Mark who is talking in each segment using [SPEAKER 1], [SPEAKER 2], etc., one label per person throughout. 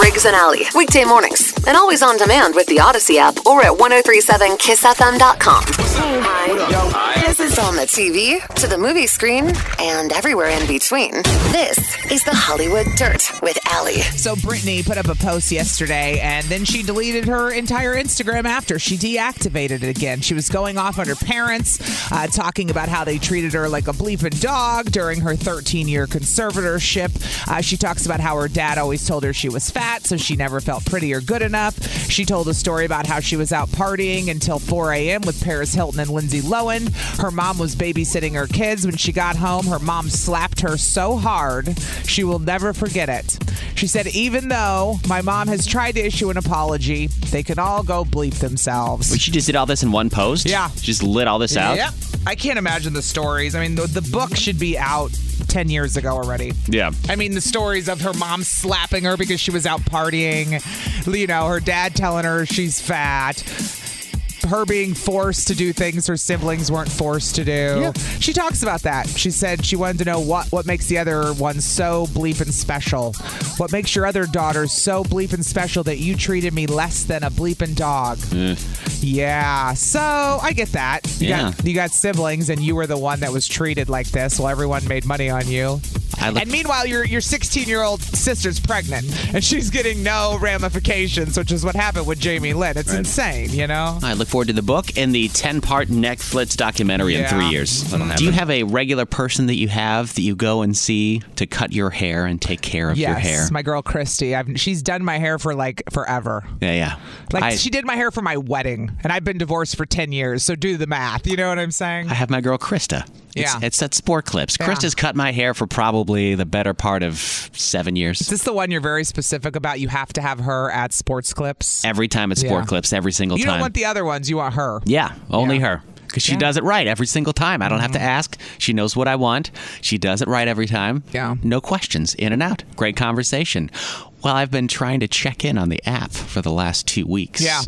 [SPEAKER 1] Riggs and Alley, weekday mornings, and always on demand with the Odyssey app or at 1037kissfm.com. This is on the TV, to the movie screen, and everywhere in between. This is the Hollywood Dirt with Alley.
[SPEAKER 2] So Brittany put up a post yesterday, and then she deleted her entire Instagram after she deactivated it again. She was going off on her parents, uh, talking about how they treated her like a bleeping dog during her 13-year conservatorship. Uh, she talks about how her dad always told her she was fat, so she never felt pretty or good enough. She told a story about how she was out partying until 4 a.m. with Paris Hilton and Lindsay Lohan. Her mom was babysitting her kids. When she got home, her mom slapped her so hard she will never forget it. She said, even though my mom has tried to issue an apology, they can all go bleep themselves.
[SPEAKER 3] Wait, she just did all this in one post?
[SPEAKER 2] Yeah.
[SPEAKER 3] She just lit all this out?
[SPEAKER 2] Yep. I can't imagine the stories. I mean, the, the book should be out 10 years ago already.
[SPEAKER 3] Yeah.
[SPEAKER 2] I mean, the stories of her mom slapping her because she was out partying, you know, her dad telling her she's fat. Her being forced to do things her siblings weren't forced to do. She talks about that. She said she wanted to know what, what makes the other one so bleeping special. What makes your other daughter so bleeping special that you treated me less than a bleeping dog? Yeah. So I get that. You
[SPEAKER 3] Yeah.
[SPEAKER 2] got you got siblings and you were the one that was treated like this while everyone made money on you.
[SPEAKER 3] I look-
[SPEAKER 2] and meanwhile, your your 16 year old sister's pregnant, and she's getting no ramifications, which is what happened with Jamie Lynn. It's insane, you know.
[SPEAKER 3] I look forward to the book and the 10 part Netflix documentary in
[SPEAKER 2] Yeah.
[SPEAKER 3] three years. Do you have a regular person that you have that you go and see to cut your hair and take care of your
[SPEAKER 2] yes,
[SPEAKER 3] hair?
[SPEAKER 2] my girl Christy. I've, she's done my hair for like forever.
[SPEAKER 3] yeah, yeah.
[SPEAKER 2] Like
[SPEAKER 3] I,
[SPEAKER 2] she did my hair for my wedding, and I've been divorced for 10 years. So do the math. You know what I'm saying?
[SPEAKER 3] I have my girl Krista. It's,
[SPEAKER 2] Yeah.
[SPEAKER 3] it's at Sport Clips.
[SPEAKER 2] Yeah.
[SPEAKER 3] Krista's cut my hair for probably the better part of seven years.
[SPEAKER 2] Is this the one you're very specific about? You have to have her at Sports Clips.
[SPEAKER 3] every time at Sport
[SPEAKER 2] Yeah.
[SPEAKER 3] Clips, every single
[SPEAKER 2] You
[SPEAKER 3] time.
[SPEAKER 2] don't want the other ones. You want her.
[SPEAKER 3] Yeah, only
[SPEAKER 2] Yeah. Mm-hmm.
[SPEAKER 3] her. Because she does it right every single time. I don't have to ask. She knows what I want. She does it right every time.
[SPEAKER 2] Yeah.
[SPEAKER 3] No questions. In and out. Great conversation. Well, I've been trying to check in on the app for the last two weeks.
[SPEAKER 2] Yeah.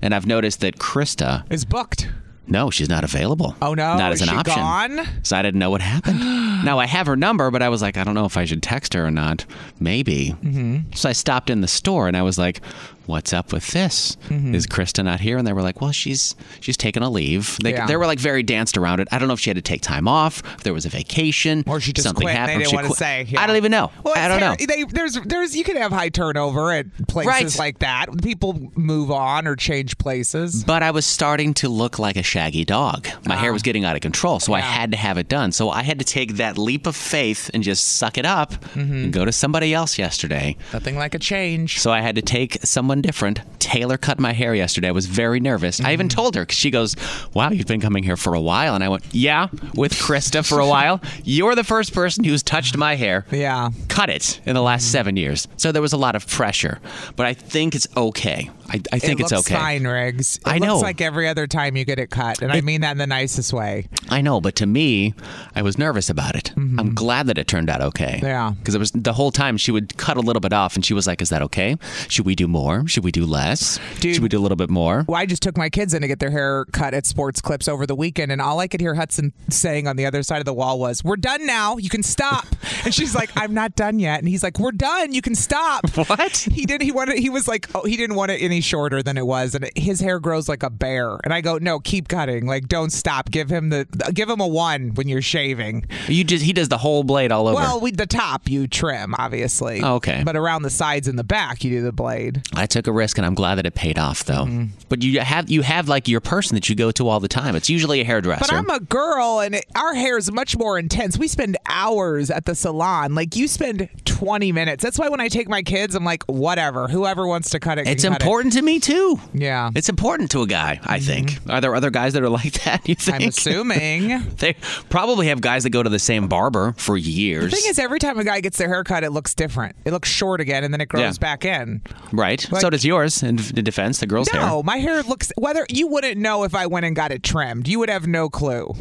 [SPEAKER 3] And I've noticed that Krista,
[SPEAKER 2] It's booked.
[SPEAKER 3] no, she's not available.
[SPEAKER 2] Oh, no?
[SPEAKER 3] Not as
[SPEAKER 2] Is
[SPEAKER 3] an
[SPEAKER 2] she
[SPEAKER 3] option.
[SPEAKER 2] gone?
[SPEAKER 3] So I didn't know what happened. now I have her number, but I was like, I don't know if I should text her or not. Maybe. Mm-hmm. So I stopped in the store and I was like, What's up with this?
[SPEAKER 2] Mm-hmm.
[SPEAKER 3] Is Krista not here? And they were like, Well, she's she's taking a leave. They,
[SPEAKER 2] Yeah.
[SPEAKER 3] they were like very danced around it. I don't know if she had to take time off, if there was a vacation,
[SPEAKER 2] Or she just
[SPEAKER 3] something
[SPEAKER 2] quit. and
[SPEAKER 3] happened.
[SPEAKER 2] they didn't
[SPEAKER 3] she
[SPEAKER 2] want to
[SPEAKER 3] quit.
[SPEAKER 2] say.
[SPEAKER 3] I don't
[SPEAKER 2] yeah.
[SPEAKER 3] even know.
[SPEAKER 2] Well,
[SPEAKER 3] I
[SPEAKER 2] it's
[SPEAKER 3] don't know.
[SPEAKER 2] ter- They, there's, there's, you can have high turnover at places
[SPEAKER 3] Right.
[SPEAKER 2] like that. People move on or change places.
[SPEAKER 3] But I was starting to look like a shaggy dog. My
[SPEAKER 2] Ah.
[SPEAKER 3] hair was getting out of control, so I had to have it done. So I had to take that leap of faith and just suck it up and go to somebody else yesterday.
[SPEAKER 2] Mm-hmm. Nothing like a change.
[SPEAKER 3] So I had to take someone different. Taylor cut my hair yesterday. I was very nervous. I
[SPEAKER 2] Mm-hmm.
[SPEAKER 3] even told her because she goes, "Wow, you've been coming here for a while." And I went, "Yeah, with Krista for a while. You're the first person who's touched my hair."
[SPEAKER 2] Yeah. Mm-hmm.
[SPEAKER 3] Cut it in the last seven years. So there was a lot of pressure, but I think it's okay. I, I think
[SPEAKER 2] it
[SPEAKER 3] it's
[SPEAKER 2] looks
[SPEAKER 3] okay.
[SPEAKER 2] fine, Riggs. It
[SPEAKER 3] I
[SPEAKER 2] looks
[SPEAKER 3] know.
[SPEAKER 2] like every other time you get it cut, and I mean that in the nicest way. Mm-hmm.
[SPEAKER 3] I know, but to me, I was nervous about it. I'm glad that it turned out okay.
[SPEAKER 2] Yeah.
[SPEAKER 3] Because it was the whole time she would cut a little bit off and she was like, Is that okay? Should we do more? more? Should we do less? Should we do a little bit more?
[SPEAKER 2] Well, I just took my kids in to get their hair cut at Sports Clips over the weekend, and all I could hear Hudson saying on the other side of the wall was, "We're done now. You can stop." and she's like, "I'm not done yet." And he's like, "We're done. You can stop."
[SPEAKER 3] What?
[SPEAKER 2] He did. He wanted. He was like, "Oh, he didn't want it any shorter than it was," and his hair grows like a bear. And I go, "No, keep cutting. Like, don't stop. Give him the. Give him a one when you're shaving."
[SPEAKER 3] You just he does the whole blade all over.
[SPEAKER 2] Well, we, the top you trim, obviously.
[SPEAKER 3] Oh, okay.
[SPEAKER 2] But around the sides and the back, you do the blade.
[SPEAKER 3] I took a risk and I'm glad that it paid off though.
[SPEAKER 2] Mm-hmm.
[SPEAKER 3] But you have you have like your person that you go to all the time. It's usually a hairdresser.
[SPEAKER 2] But I'm a girl, and it, our hair is much more intense. We spend hours at the salon. Like you spend 20 minutes. That's why when I take my kids, I'm like, whatever. Whoever wants to cut it,
[SPEAKER 3] it's
[SPEAKER 2] can cut it.
[SPEAKER 3] important to me too.
[SPEAKER 2] Yeah. Mm-hmm.
[SPEAKER 3] It's important to a guy, I think. Are there other guys that are like that, you think?
[SPEAKER 2] I'm assuming.
[SPEAKER 3] they probably have guys that go to the same barber for years.
[SPEAKER 2] The thing is, every time a guy gets their hair cut, it looks different. It looks short again, and then it grows
[SPEAKER 3] Yeah.
[SPEAKER 2] back in.
[SPEAKER 3] right.
[SPEAKER 2] like-
[SPEAKER 3] so does yours in, in defense, the girl's hair.
[SPEAKER 2] No, my hair looks. Whether you wouldn't know if I went and got it trimmed, you would have no clue.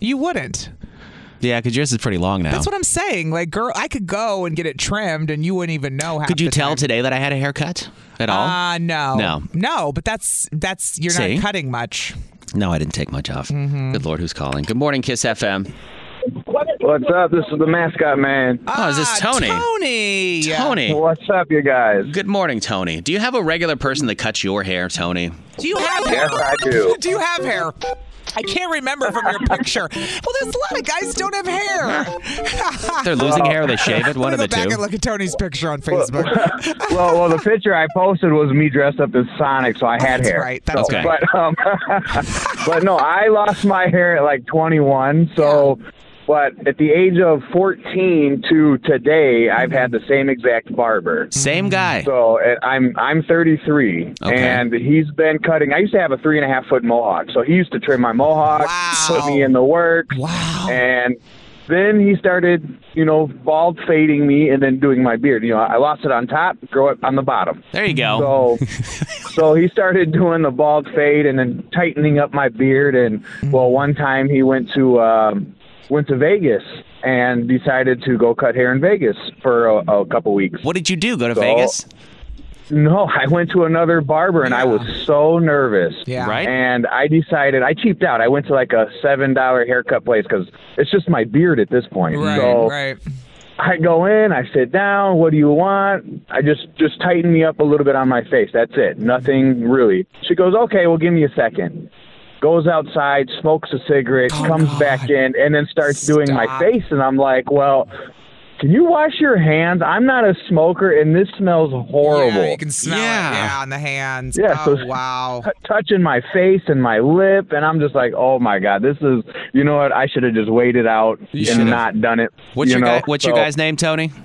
[SPEAKER 2] You wouldn't.
[SPEAKER 3] Yeah, because yours is pretty long now.
[SPEAKER 2] That's what I'm saying. Like, girl, I could go and get it trimmed, and you wouldn't even know. Half
[SPEAKER 3] Could you
[SPEAKER 2] the
[SPEAKER 3] tell
[SPEAKER 2] time.
[SPEAKER 3] today that I had a haircut at all?
[SPEAKER 2] Uh, no,
[SPEAKER 3] No.
[SPEAKER 2] no. But that's that's you're
[SPEAKER 3] See?
[SPEAKER 2] not cutting much.
[SPEAKER 3] no, I didn't take much off.
[SPEAKER 2] Mm-hmm.
[SPEAKER 3] Good Lord, who's calling? Good morning, Kiss FM.
[SPEAKER 4] What's up? This is the mascot man.
[SPEAKER 3] Oh, is this
[SPEAKER 2] Ah,
[SPEAKER 3] Tony?
[SPEAKER 2] Tony.
[SPEAKER 3] Tony.
[SPEAKER 4] What's up, you guys?
[SPEAKER 3] Good morning, Tony. Do you have a regular person that cuts your hair, Tony?
[SPEAKER 2] Do you have hair?
[SPEAKER 4] I do.
[SPEAKER 2] Do you have hair? I can't remember from your picture. Well, there's a lot of guys don't have hair.
[SPEAKER 3] They're losing hair or they shave it, one
[SPEAKER 2] I'm
[SPEAKER 3] of the
[SPEAKER 2] gonna go back and
[SPEAKER 3] two.
[SPEAKER 2] look at Tony's picture on Facebook.
[SPEAKER 4] well, well, the picture I posted was me dressed up as Sonic, so I had
[SPEAKER 2] that's
[SPEAKER 4] hair.
[SPEAKER 2] right. That's
[SPEAKER 3] Okay.
[SPEAKER 2] right.
[SPEAKER 4] But um, but no, I lost my hair at like 21. So, but at the age of 14 to today, I've had the same exact barber.
[SPEAKER 3] Same guy.
[SPEAKER 4] So and I'm I'm 33,
[SPEAKER 3] Okay.
[SPEAKER 4] and he's been cutting. I used to have a three and a half foot mohawk, so he used to trim my mohawk,
[SPEAKER 2] Wow.
[SPEAKER 4] put me in the work.
[SPEAKER 2] Wow.
[SPEAKER 4] And then he started, you know, bald fading me, and then doing my beard. You know, I lost it on top, grow it on the bottom.
[SPEAKER 3] There you go.
[SPEAKER 4] So, so he started doing the bald fade and then tightening up my beard. And well,
[SPEAKER 3] Mm-hmm.
[SPEAKER 4] one time he went to um, went to Vegas and decided to go cut hair in Vegas for a, a couple weeks.
[SPEAKER 3] What did you do? Go to
[SPEAKER 4] So-
[SPEAKER 3] Vegas?
[SPEAKER 4] No, I went to another barber and I was so nervous.
[SPEAKER 2] Yeah.
[SPEAKER 3] Right?
[SPEAKER 4] And I decided I cheaped out. I went to like a seven dollar haircut place because it's just my beard at this point.
[SPEAKER 2] Right.
[SPEAKER 4] so
[SPEAKER 2] Right.
[SPEAKER 4] I go in, I sit down. What do you want? I just just tighten me up a little bit on my face. That's it. Nothing really. She goes, okay. Well, give me a second. Goes outside, smokes a cigarette, comes back in, and then starts doing my
[SPEAKER 2] Oh, Stop.
[SPEAKER 4] face. And I'm like, well. Can you wash your hands? I'm not a smoker, and this smells horrible.
[SPEAKER 2] Yeah, you can smell it.
[SPEAKER 3] Yeah.
[SPEAKER 2] Yeah, on the hands.
[SPEAKER 4] Yeah,
[SPEAKER 2] oh
[SPEAKER 4] so-
[SPEAKER 2] wow.
[SPEAKER 4] t- touching my face and my lip, and I'm just like, oh my god, this is. You know what? I should have just waited out
[SPEAKER 3] should've.
[SPEAKER 4] and not done it.
[SPEAKER 3] What's
[SPEAKER 4] you
[SPEAKER 3] your
[SPEAKER 4] know?
[SPEAKER 3] guy, what's your
[SPEAKER 4] So,
[SPEAKER 3] guy's name, Tony?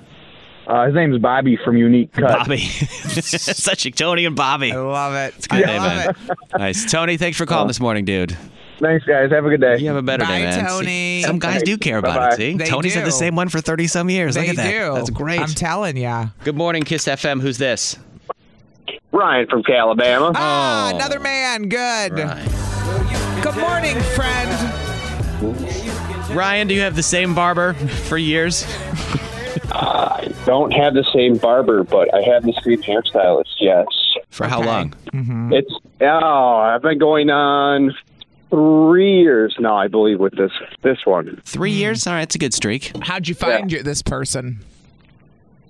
[SPEAKER 4] Uh, his name's Bobby from Unique Cut.
[SPEAKER 3] Bobby. Such a Tony and Bobby.
[SPEAKER 2] I love it.
[SPEAKER 3] Good
[SPEAKER 2] I
[SPEAKER 3] day,
[SPEAKER 2] love
[SPEAKER 3] man.
[SPEAKER 2] it.
[SPEAKER 3] Nice. Tony, thanks for calling this morning, dude.
[SPEAKER 4] Oh. Thanks, guys. Have a good day.
[SPEAKER 3] You have a better
[SPEAKER 2] Bye,
[SPEAKER 3] day, man. See,
[SPEAKER 2] Tony.
[SPEAKER 3] some guys do care about
[SPEAKER 4] Bye-bye.
[SPEAKER 3] it, see?
[SPEAKER 2] They
[SPEAKER 3] Tony's had the
[SPEAKER 2] do.
[SPEAKER 3] same one for 30 some years.
[SPEAKER 2] They
[SPEAKER 3] Look at that.
[SPEAKER 2] do.
[SPEAKER 3] That's great.
[SPEAKER 2] I'm telling ya.
[SPEAKER 3] Good morning, Kiss FM. Who's this?
[SPEAKER 4] Ryan from Alabama.
[SPEAKER 2] Ah,
[SPEAKER 3] Oh.
[SPEAKER 2] another man. Good.
[SPEAKER 3] Ryan.
[SPEAKER 2] Good morning, friend.
[SPEAKER 3] Ryan, do you have the same barber for years?
[SPEAKER 5] don't have the same barber, but I have the same hairstylist. Yes,
[SPEAKER 3] For how long?
[SPEAKER 5] it's oh, I've been going on three years now, I believe, with this this one.
[SPEAKER 3] Three years? All right, it's a good streak.
[SPEAKER 2] Hmm. How'd you find your, this person?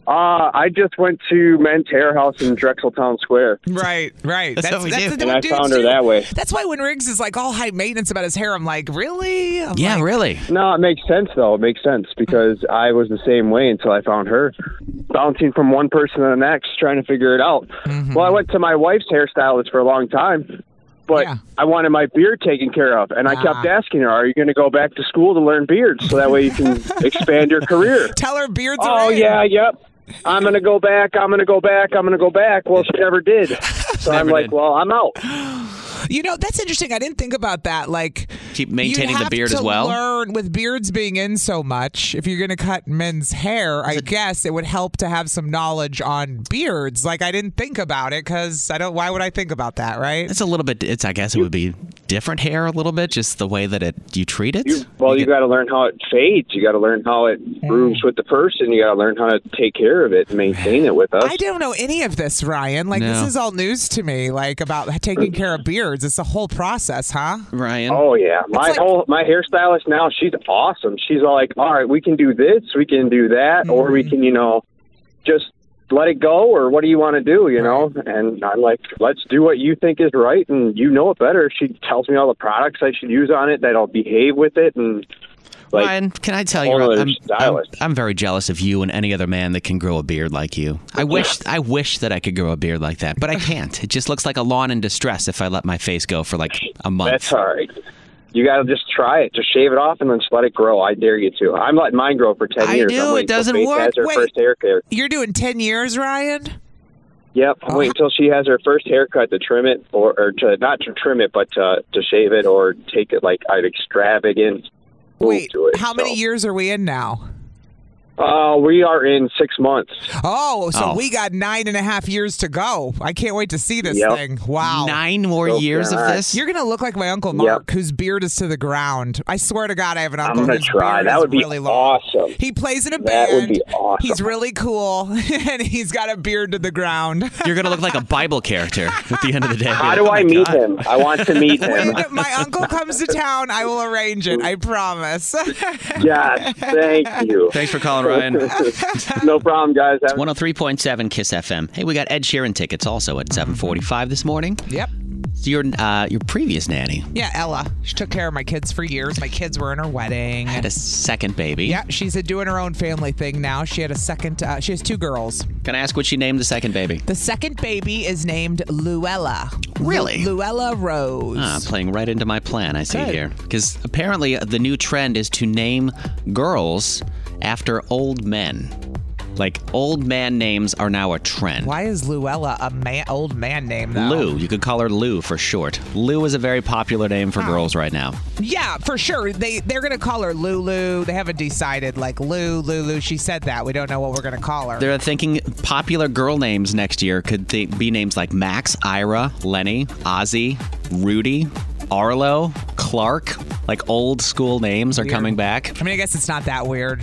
[SPEAKER 5] Uh, I just went to Men's Hair House in Drexel Town Square.
[SPEAKER 2] Right, right. That's,
[SPEAKER 3] what we
[SPEAKER 2] that's
[SPEAKER 3] do.
[SPEAKER 2] the
[SPEAKER 5] And
[SPEAKER 2] way
[SPEAKER 5] I
[SPEAKER 2] dudes
[SPEAKER 5] found her
[SPEAKER 2] do.
[SPEAKER 5] that way.
[SPEAKER 2] That's why when Riggs is like all high maintenance about his hair, I'm like, really? I'm
[SPEAKER 3] Yeah,
[SPEAKER 2] like,
[SPEAKER 3] really.
[SPEAKER 5] No, it makes sense though. It makes sense because I was the same way until I found her, bouncing from one person to the next, trying to figure it out.
[SPEAKER 2] Mm-hmm.
[SPEAKER 5] Well, I went to my wife's hairstylist for a long time, but
[SPEAKER 2] Yeah.
[SPEAKER 5] I wanted my beard taken care of, and I kept
[SPEAKER 2] Ah.
[SPEAKER 5] asking her, "Are you going to go back to school to learn beards so that way you can expand your career?"
[SPEAKER 2] Tell her beards are
[SPEAKER 5] oh
[SPEAKER 2] in.
[SPEAKER 5] yeah, yep. I'm going to go back. I'm going to go back. I'm going to go back. Well, she never did. So I'm
[SPEAKER 3] Never
[SPEAKER 5] like,
[SPEAKER 3] did.
[SPEAKER 5] well, I'm out.
[SPEAKER 2] You know, that's interesting. I didn't think about that. Like
[SPEAKER 3] Keep
[SPEAKER 2] you'd
[SPEAKER 3] maintaining the
[SPEAKER 2] have
[SPEAKER 3] beard as
[SPEAKER 2] to
[SPEAKER 3] well?
[SPEAKER 2] Learn with beards being in so much. If you're going to cut men's hair, I guess it would help to have some knowledge on beards. Like I didn't think about it because I don't. Why would I think about that? Right?
[SPEAKER 3] It's a little bit. It's I guess it would be different hair a little bit, just the way that it you treat it?
[SPEAKER 5] Well, you got to learn how it fades. You got to learn how it grooves with the person. You got to learn how to take care of it and maintain it with us.
[SPEAKER 2] I don't know any of this, Ryan. Like
[SPEAKER 3] No.
[SPEAKER 2] this is all news to me. Like about taking care of beards. It's a whole process, huh?
[SPEAKER 3] Ryan.
[SPEAKER 5] Oh yeah, my
[SPEAKER 2] like-
[SPEAKER 5] whole my hairstylist now. She's awesome. She's all like, all right, we can do this, we can do that, or we can, you know, just let it go, or what do you want to do, you know? And I'm like, let's do what you think is right, and you know it better. She tells me all the products I should use on it that'll behave with it, and like,
[SPEAKER 3] Ryan, can I tell you,
[SPEAKER 5] all other
[SPEAKER 3] I'm, I'm,
[SPEAKER 5] stylists.
[SPEAKER 3] I'm very jealous of you and any other man that can grow a beard like you. I wish, I wish that I could grow a beard like that, but I can't. It just looks like a lawn in distress if I let my face go for like a month.
[SPEAKER 5] that's all right. You got to just try it. Just shave it off and then just let it grow. I dare you to. I'm letting mine grow for 10
[SPEAKER 3] I
[SPEAKER 5] years.
[SPEAKER 3] do.
[SPEAKER 5] I'm
[SPEAKER 3] It
[SPEAKER 5] waiting till
[SPEAKER 3] doesn't
[SPEAKER 5] Faith
[SPEAKER 3] work.
[SPEAKER 5] Has her
[SPEAKER 2] Wait.
[SPEAKER 5] first haircut.
[SPEAKER 2] You're doing ten years, Ryan.
[SPEAKER 5] Yep. I'm
[SPEAKER 2] Ah.
[SPEAKER 5] waiting until she has her first haircut to trim it, or, or to not to trim it, but to, to shave it or take it like an extravagant move
[SPEAKER 2] Wait,
[SPEAKER 5] to it.
[SPEAKER 2] how
[SPEAKER 5] So,
[SPEAKER 3] Oh.
[SPEAKER 2] many years are we in now?
[SPEAKER 5] Uh, we are in six months.
[SPEAKER 2] Oh, so
[SPEAKER 3] Oh.
[SPEAKER 2] we got nine and a half years to go. I can't wait to see this
[SPEAKER 5] Yep.
[SPEAKER 2] thing. Wow.
[SPEAKER 3] Nine more
[SPEAKER 5] Oh,
[SPEAKER 3] years of
[SPEAKER 5] God.
[SPEAKER 3] this?
[SPEAKER 2] You're gonna look like my uncle
[SPEAKER 5] Yep.
[SPEAKER 2] Mark, whose beard is to the ground. I swear to God, I have an
[SPEAKER 5] I'm
[SPEAKER 2] uncle.
[SPEAKER 5] gonna
[SPEAKER 2] whose
[SPEAKER 5] try.
[SPEAKER 2] beard
[SPEAKER 5] That
[SPEAKER 2] is
[SPEAKER 5] would be
[SPEAKER 2] really long.
[SPEAKER 5] awesome.
[SPEAKER 2] He plays in a
[SPEAKER 5] That
[SPEAKER 2] band.
[SPEAKER 5] would be awesome.
[SPEAKER 2] He's really cool, and he's got a beard to the ground.
[SPEAKER 3] You're going to look like a Bible character at the end of the day.
[SPEAKER 5] How do I meet him? I want to meet him.
[SPEAKER 2] When my uncle comes to town, I will arrange it. I promise.
[SPEAKER 5] yes, thank you.
[SPEAKER 3] Thanks for calling, Ryan.
[SPEAKER 5] no problem, guys. Have a
[SPEAKER 3] 103.7 Kiss FM. Hey, we got Ed Sheeran tickets also at 7:45 this morning.
[SPEAKER 2] yep.
[SPEAKER 3] Your uh, your previous nanny
[SPEAKER 2] Yeah, Ella. She took care of my kids for years. My kids were in her wedding.
[SPEAKER 3] had a second baby.
[SPEAKER 2] Yeah, she's uh, doing her own family thing now. She had a second. Uh, she has two girls.
[SPEAKER 3] Can I ask what she named the second baby?
[SPEAKER 2] The second baby is named Luella.
[SPEAKER 3] Really?
[SPEAKER 2] Lu- Luella Rose.
[SPEAKER 3] Ah, playing right into my plan, I see
[SPEAKER 2] Good.
[SPEAKER 3] here. Because apparently uh, the new trend is to name girls after old men. Like old man names are now a trend.
[SPEAKER 2] Why is Luella a man, old man name though?
[SPEAKER 3] Lou, you could call her Lou for short. Lou is a very popular name for girls right now.
[SPEAKER 2] Yeah, for sure. They they're gonna call her Lulu. They haven't decided like Lou, Lulu. She said that. We don't know what we're gonna call her.
[SPEAKER 3] They're thinking popular girl names next year could thi- be names like Max, Ira, Lenny, Ozzy, Rudy, Arlo, Clark. Like old school names are coming back.
[SPEAKER 2] I mean, I guess it's not that weird.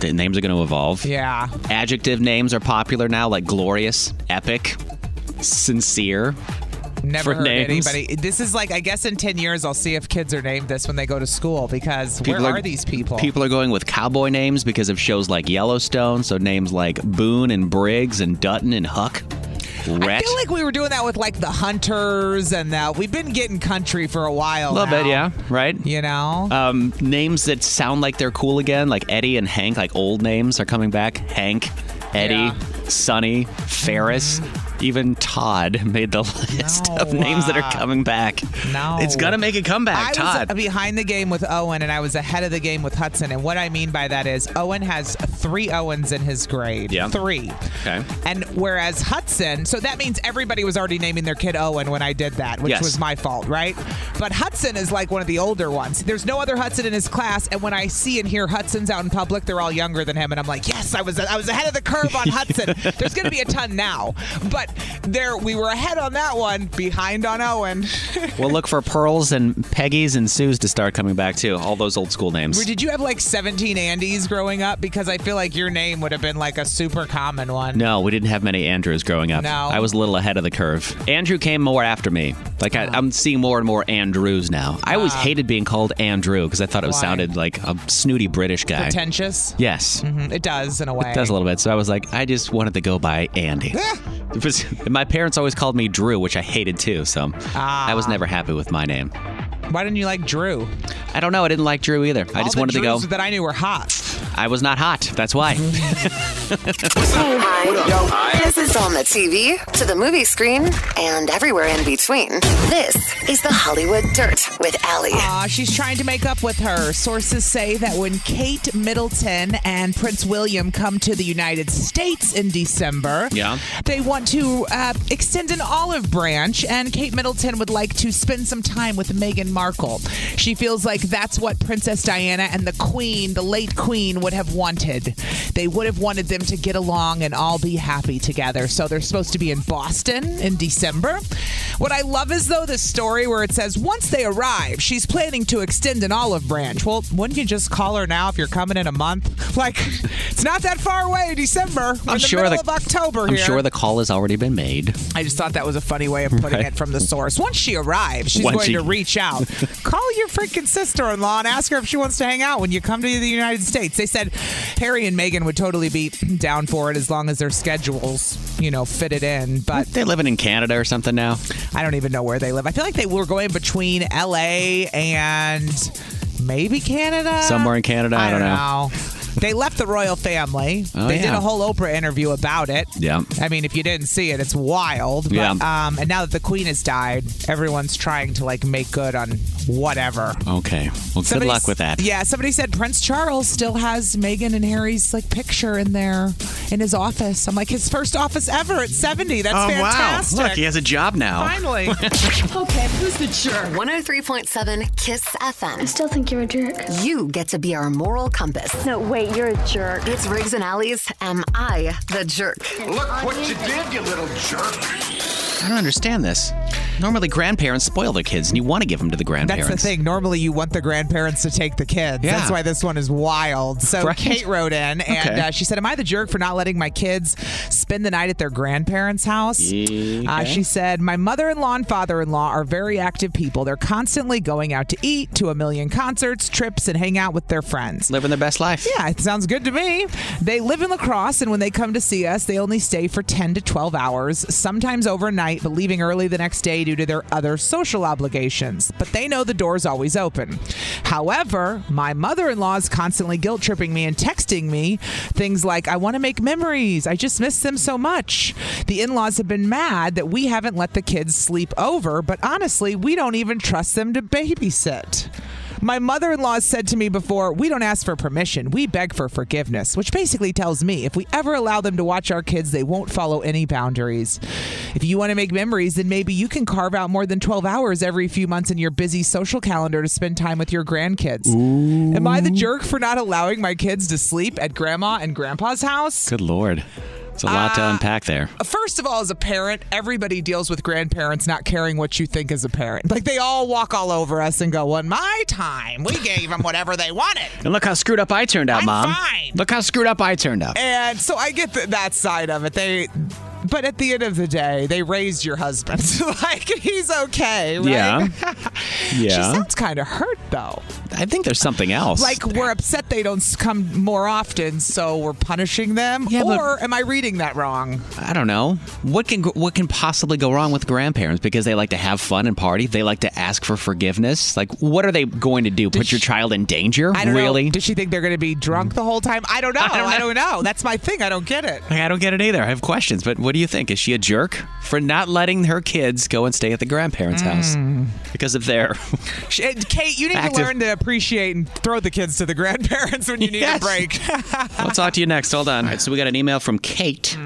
[SPEAKER 3] The names are going to evolve.
[SPEAKER 2] Yeah.
[SPEAKER 3] Adjective names are popular now, like glorious, epic, sincere.
[SPEAKER 2] Never
[SPEAKER 3] For
[SPEAKER 2] heard
[SPEAKER 3] names.
[SPEAKER 2] anybody. This is like I guess in ten years I'll see if kids are named this when they go to school because where are, these people?
[SPEAKER 3] People are going with cowboy names because of shows like Yellowstone. So names like Boone and Briggs and Dutton and Huck.
[SPEAKER 2] I
[SPEAKER 3] Rhett.
[SPEAKER 2] feel like we were doing that with like the hunters and uh, we've been getting country for a while.
[SPEAKER 3] a little bit,
[SPEAKER 2] now,
[SPEAKER 3] yeah, right?
[SPEAKER 2] You know.
[SPEAKER 3] Um, names that sound like they're cool again, like Eddie and Hank, like old names are coming back. Hank, Eddie,
[SPEAKER 2] Yeah. Mm-hmm.
[SPEAKER 3] Sonny, Ferris, even Todd made the list of
[SPEAKER 2] No,
[SPEAKER 3] names that
[SPEAKER 2] uh,
[SPEAKER 3] are coming back.
[SPEAKER 2] no.
[SPEAKER 3] It's going to make a comeback,
[SPEAKER 2] I
[SPEAKER 3] Todd.
[SPEAKER 2] was behind the game with Owen and I was ahead of the game with Hudson. And what I mean by that is Owen has three Owens in his grade.
[SPEAKER 3] Yeah.
[SPEAKER 2] Three.
[SPEAKER 3] Okay.
[SPEAKER 2] And whereas Hudson, so that means everybody was already naming their kid Owen when I did that, which
[SPEAKER 3] Yes.
[SPEAKER 2] was my fault, right? But Hudson is like one of the older ones. There's no other Hudson in his class, and when I see and hear Hudson's out in public, they're all younger than him, and I'm like, yes, I was I was ahead of the curve on Hudson. There's going to be a ton now, but there we were ahead on that one, behind on Owen.
[SPEAKER 3] We'll look for Pearls and Peggy's and Sue's to start coming back too. All those old school names.
[SPEAKER 2] Did you have like 17 Andes growing up? Because I feel like your name would have been like a super common one.
[SPEAKER 3] No, we didn't have many Andrews growing up.
[SPEAKER 2] No.
[SPEAKER 3] I was a little ahead of the curve. Andrew came more after me. Like
[SPEAKER 2] Ah.
[SPEAKER 3] I, I'm seeing more and more Andrews now. I always hated being called Andrew because I thought it
[SPEAKER 2] Why?
[SPEAKER 3] sounded like a snooty British guy.
[SPEAKER 2] Pretentious?
[SPEAKER 3] Yes,
[SPEAKER 2] Mm, It does in a way.
[SPEAKER 3] does a little bit. So I was like, I just wanted to go by Andy.
[SPEAKER 2] Ah.
[SPEAKER 3] It was- my parents always called me Drew, which I hated too. So I
[SPEAKER 2] Ah.
[SPEAKER 3] was never happy with my name.
[SPEAKER 2] Why didn't you like Drew?
[SPEAKER 3] I don't know. I didn't like Drew either. I
[SPEAKER 2] All
[SPEAKER 3] just
[SPEAKER 2] the
[SPEAKER 3] wanted to go.
[SPEAKER 2] Drews That I knew were hot.
[SPEAKER 3] I was not hot. That's why.
[SPEAKER 2] Mm-hmm.
[SPEAKER 1] Hi. This is on the TV, to the movie screen, and everywhere in between. This is the Hollywood Dirt with Allie.
[SPEAKER 2] Uh, she's trying to make up with her. Sources say that when Kate Middleton and Prince William come to the United States in December,
[SPEAKER 3] Yeah.
[SPEAKER 2] they want to uh, extend an olive branch, and Kate Middleton would like to spend some time with Meghan Markle. She feels like that's what Princess Diana and the Queen, the late Queen, would have wanted. They would have wanted them to get along and all be happy together. So they're They're supposed to be in Boston in December. What I love is, though, this story where it says once they arrive, she's planning to extend an olive branch. Well, wouldn't you just call her now if you're coming in a month? Like, it's not that far away, December. We're in the middle of October
[SPEAKER 3] I'm
[SPEAKER 2] here.
[SPEAKER 3] sure the call has already been made.
[SPEAKER 2] I just thought that was a funny way of putting
[SPEAKER 3] Right.
[SPEAKER 2] it from the source. Once she arrives, she's
[SPEAKER 3] Once
[SPEAKER 2] going
[SPEAKER 3] she-
[SPEAKER 2] to reach out. Call your freaking sister in law and ask her if she wants to hang out when you come to the United States. They said Harry and Meghan would totally be down for it as long as their schedules, you know, fit it in. But
[SPEAKER 3] They're living in Canada or something now.
[SPEAKER 2] I don't even know where they live. I feel like they were going between LA and maybe Canada.
[SPEAKER 3] Somewhere in Canada, I
[SPEAKER 2] I don't
[SPEAKER 3] don't
[SPEAKER 2] know. They left the royal family.
[SPEAKER 3] Oh,
[SPEAKER 2] they did
[SPEAKER 3] yeah.
[SPEAKER 2] a whole Oprah interview about it.
[SPEAKER 3] Yeah.
[SPEAKER 2] I mean, if you didn't see it, it's wild. But,
[SPEAKER 3] Yeah.
[SPEAKER 2] Um, and now that the queen has died, everyone's trying to like make good on whatever.
[SPEAKER 3] Okay. Well, good
[SPEAKER 2] Somebody
[SPEAKER 3] luck
[SPEAKER 2] s-
[SPEAKER 3] with that.
[SPEAKER 2] Yeah, somebody said Prince Charles still has Meghan and Harry's like picture in there in his office. I'm like his first office ever at 70. That's
[SPEAKER 3] oh
[SPEAKER 2] fantastic.
[SPEAKER 3] wow! Look, he has a job now.
[SPEAKER 2] Finally.
[SPEAKER 1] 103.7 Kiss FM.
[SPEAKER 6] Still think you're a jerk.
[SPEAKER 1] You get to be our moral compass.
[SPEAKER 6] No, wait, you're a jerk.
[SPEAKER 1] It's Riggs and Allies. Am I the jerk?
[SPEAKER 3] I don't understand this. Normally, grandparents spoil their kids, and you want to give them to the grandparents.
[SPEAKER 2] That's the thing. Normally, you want the grandparents to take the kids.
[SPEAKER 3] Yeah.
[SPEAKER 2] That's why this one is wild. So
[SPEAKER 3] Right.
[SPEAKER 2] Kate wrote in, and
[SPEAKER 3] Okay.
[SPEAKER 2] uh, she said, "Am I the jerk for not letting my kids spend the night at their grandparents' house?" Uh, she said, "My mother-in-law and father-in-law are very active people. They're constantly going out to eat, to a million concerts, trips, and hang out with their friends.
[SPEAKER 3] Living their best life.
[SPEAKER 2] Yeah, it sounds good to me. They live in lacrosse, and when they come to see us, they only stay for 10 to 12 hours, sometimes overnight, but leaving early the next day due to their other social obligations. But they know the door's always open. However, my mother in law is constantly guilt tripping me and texting me things like, I want to make memories. I just miss them so much. The in laws have been mad that we haven't let the kids sleep over, but honestly, we don't even trust them to babysit. My mother in law said to me before, We don't ask for permission. We beg for forgiveness, which basically tells me if we ever allow them to watch our kids, they won't follow any boundaries. If you want to make memories, then maybe you can carve out more than 12 hours every few months in your busy social calendar to spend time with your grandkids. Am I the jerk for not allowing my kids to sleep at grandma and grandpa's house?
[SPEAKER 3] Good lord, it's a lot
[SPEAKER 2] Uh,
[SPEAKER 3] to unpack there.
[SPEAKER 2] First of all, as a parent, everybody deals with grandparents not caring what you think as a parent. Like they all walk all over us and go, "Well, in my time, we gave them whatever they wanted."
[SPEAKER 3] And look how screwed up I turned out,
[SPEAKER 2] I'm
[SPEAKER 3] mom.
[SPEAKER 2] fine.
[SPEAKER 3] Look how screwed up I turned up.
[SPEAKER 2] And so I get th- that side of it. They, but at the end of the day, they raised your husband. like he's okay, right?
[SPEAKER 3] Yeah.
[SPEAKER 2] She
[SPEAKER 3] Yeah.
[SPEAKER 2] sounds kind of hurt though.
[SPEAKER 3] I think there's something else.
[SPEAKER 2] Like we're upset they don't s- come more often, so we're punishing them.
[SPEAKER 3] Yeah, but-
[SPEAKER 2] or am I reading that wrong?
[SPEAKER 3] I don't know what can what can possibly go wrong with grandparents because they like to have fun and party. They like to ask for forgiveness. Like, what are they going to do? Put your child in danger?
[SPEAKER 2] I don't
[SPEAKER 3] really?
[SPEAKER 2] know. Does she think they're going to be drunk the whole time? I don't know. I
[SPEAKER 3] don't
[SPEAKER 2] don't know.
[SPEAKER 3] know.
[SPEAKER 2] That's my thing. I don't get it.
[SPEAKER 3] Like, I don't get it either. I have questions, but what do you think? Is she a jerk for not letting her kids go and stay at the grandparents' house because of their?
[SPEAKER 2] Sh- and Kate, you need to
[SPEAKER 3] Active.
[SPEAKER 2] learn to appreciate and throw the kids to the grandparents when you need
[SPEAKER 3] Yes.
[SPEAKER 2] a break.
[SPEAKER 3] I'll talk to you next. Hold on. Mm-hmm. All right, so we got an email from Kate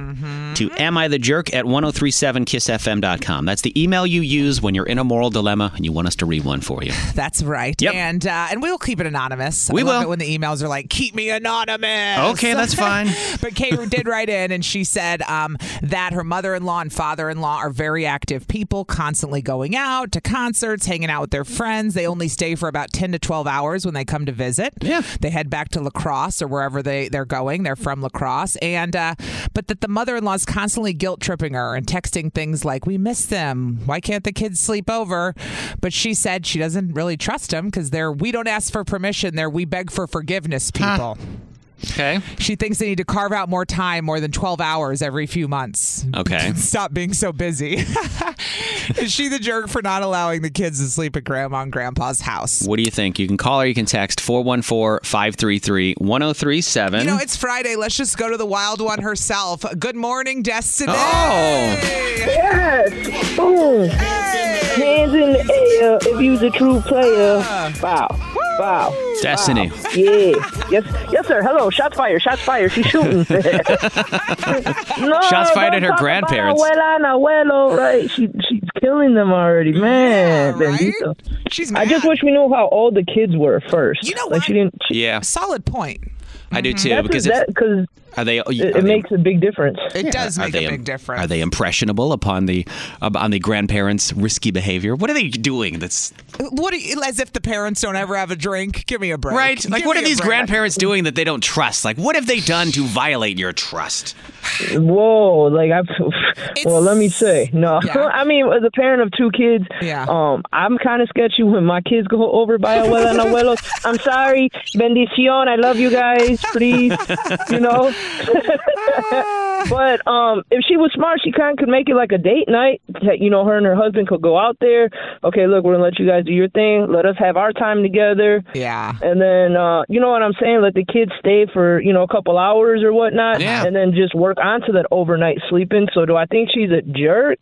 [SPEAKER 3] to am I the jerk at 1037kissfm.com. That's the email you use when you're in a moral dilemma and you want us to read one for you.
[SPEAKER 2] That's right.
[SPEAKER 3] Yep.
[SPEAKER 2] And uh, and we'll keep it anonymous.
[SPEAKER 3] We
[SPEAKER 2] I love
[SPEAKER 3] will.
[SPEAKER 2] it when the emails are like, keep me anonymous.
[SPEAKER 3] Okay, that's fine.
[SPEAKER 2] but Kay did write in and she said um, that her mother in law and father in law are very active people, constantly going out to concerts, hanging out with their friends. They only stay for about 10 to 12 hours when they come to visit.
[SPEAKER 3] Yeah.
[SPEAKER 2] They head back to lacrosse or wherever they, they're going. They're from lacrosse. And, uh, but that the mother in law is constantly guilt tripping her and texting things like, we miss them. Why can't the kids sleep over? But she said she doesn't really trust them because they're, we don't ask for permission. They're, we beg for forgiveness people.
[SPEAKER 3] Okay.
[SPEAKER 2] She thinks they need to carve out more time, more than 12 hours every few months.
[SPEAKER 3] Okay.
[SPEAKER 2] Stop being so busy. Is she the jerk for not allowing the kids to sleep at grandma and grandpa's house?
[SPEAKER 3] What do you think? You can call or you can text 414 533 1037.
[SPEAKER 2] You know, it's Friday. Let's just go to the wild one herself. Good morning, Destiny.
[SPEAKER 3] Oh.
[SPEAKER 7] Yes. Boom. Hands in the air if you's a true player.
[SPEAKER 2] Ah.
[SPEAKER 7] Wow. Wow.
[SPEAKER 3] Destiny.
[SPEAKER 7] Yeah. Yes. Yes, sir. Hello. Shots fired. Shots fired. She's shooting. no,
[SPEAKER 3] Shots fired at
[SPEAKER 7] don't
[SPEAKER 3] her
[SPEAKER 7] talk
[SPEAKER 3] grandparents.
[SPEAKER 7] About abuela and abuelo. Right. She, she's killing them already, man.
[SPEAKER 2] Yeah, right?
[SPEAKER 7] Bendito.
[SPEAKER 2] She's
[SPEAKER 7] I
[SPEAKER 2] mad.
[SPEAKER 7] just wish we knew how old the kids were first.
[SPEAKER 2] You know
[SPEAKER 7] like
[SPEAKER 2] what?
[SPEAKER 7] She didn't. She,
[SPEAKER 3] Yeah,
[SPEAKER 2] Solid point.
[SPEAKER 3] I do too.
[SPEAKER 7] Mm-hmm. that's
[SPEAKER 3] Because
[SPEAKER 7] that
[SPEAKER 3] if,
[SPEAKER 7] because
[SPEAKER 3] Are they?
[SPEAKER 2] Oh,
[SPEAKER 3] It,
[SPEAKER 7] it makes a big difference. It
[SPEAKER 2] does make a big difference.
[SPEAKER 3] Are they impressionable upon the on the grandparents' risky behavior? What are they doing? That's
[SPEAKER 2] What do you, as if the parents don't ever have a drink? Give me a break.
[SPEAKER 3] right. Like,
[SPEAKER 2] Give
[SPEAKER 3] what
[SPEAKER 2] me
[SPEAKER 3] are
[SPEAKER 2] a
[SPEAKER 3] these
[SPEAKER 2] break.
[SPEAKER 3] grandparents doing that they don't trust? Like, what have they done to violate your trust?
[SPEAKER 7] Whoa, like I well, let me say. No. I mean, as a parent of two kids,
[SPEAKER 2] Yeah.
[SPEAKER 7] um, I'm kind of sketchy when my kids go over by abuela and abuelos. I'm sorry. Bendición. I love you guys. Please, you know. but um if she was smart, she kind of could make it like a date night. that, You know, her and her husband could go out there. Okay, look, we're going to let you guys do your thing. Let us have our time together.
[SPEAKER 2] Yeah.
[SPEAKER 7] And then, uh, you know what I'm saying? Let the kids stay for, you know, a couple hours or whatnot.
[SPEAKER 3] Yeah.
[SPEAKER 7] And then just work onto that overnight sleeping. So, do I think she's a jerk?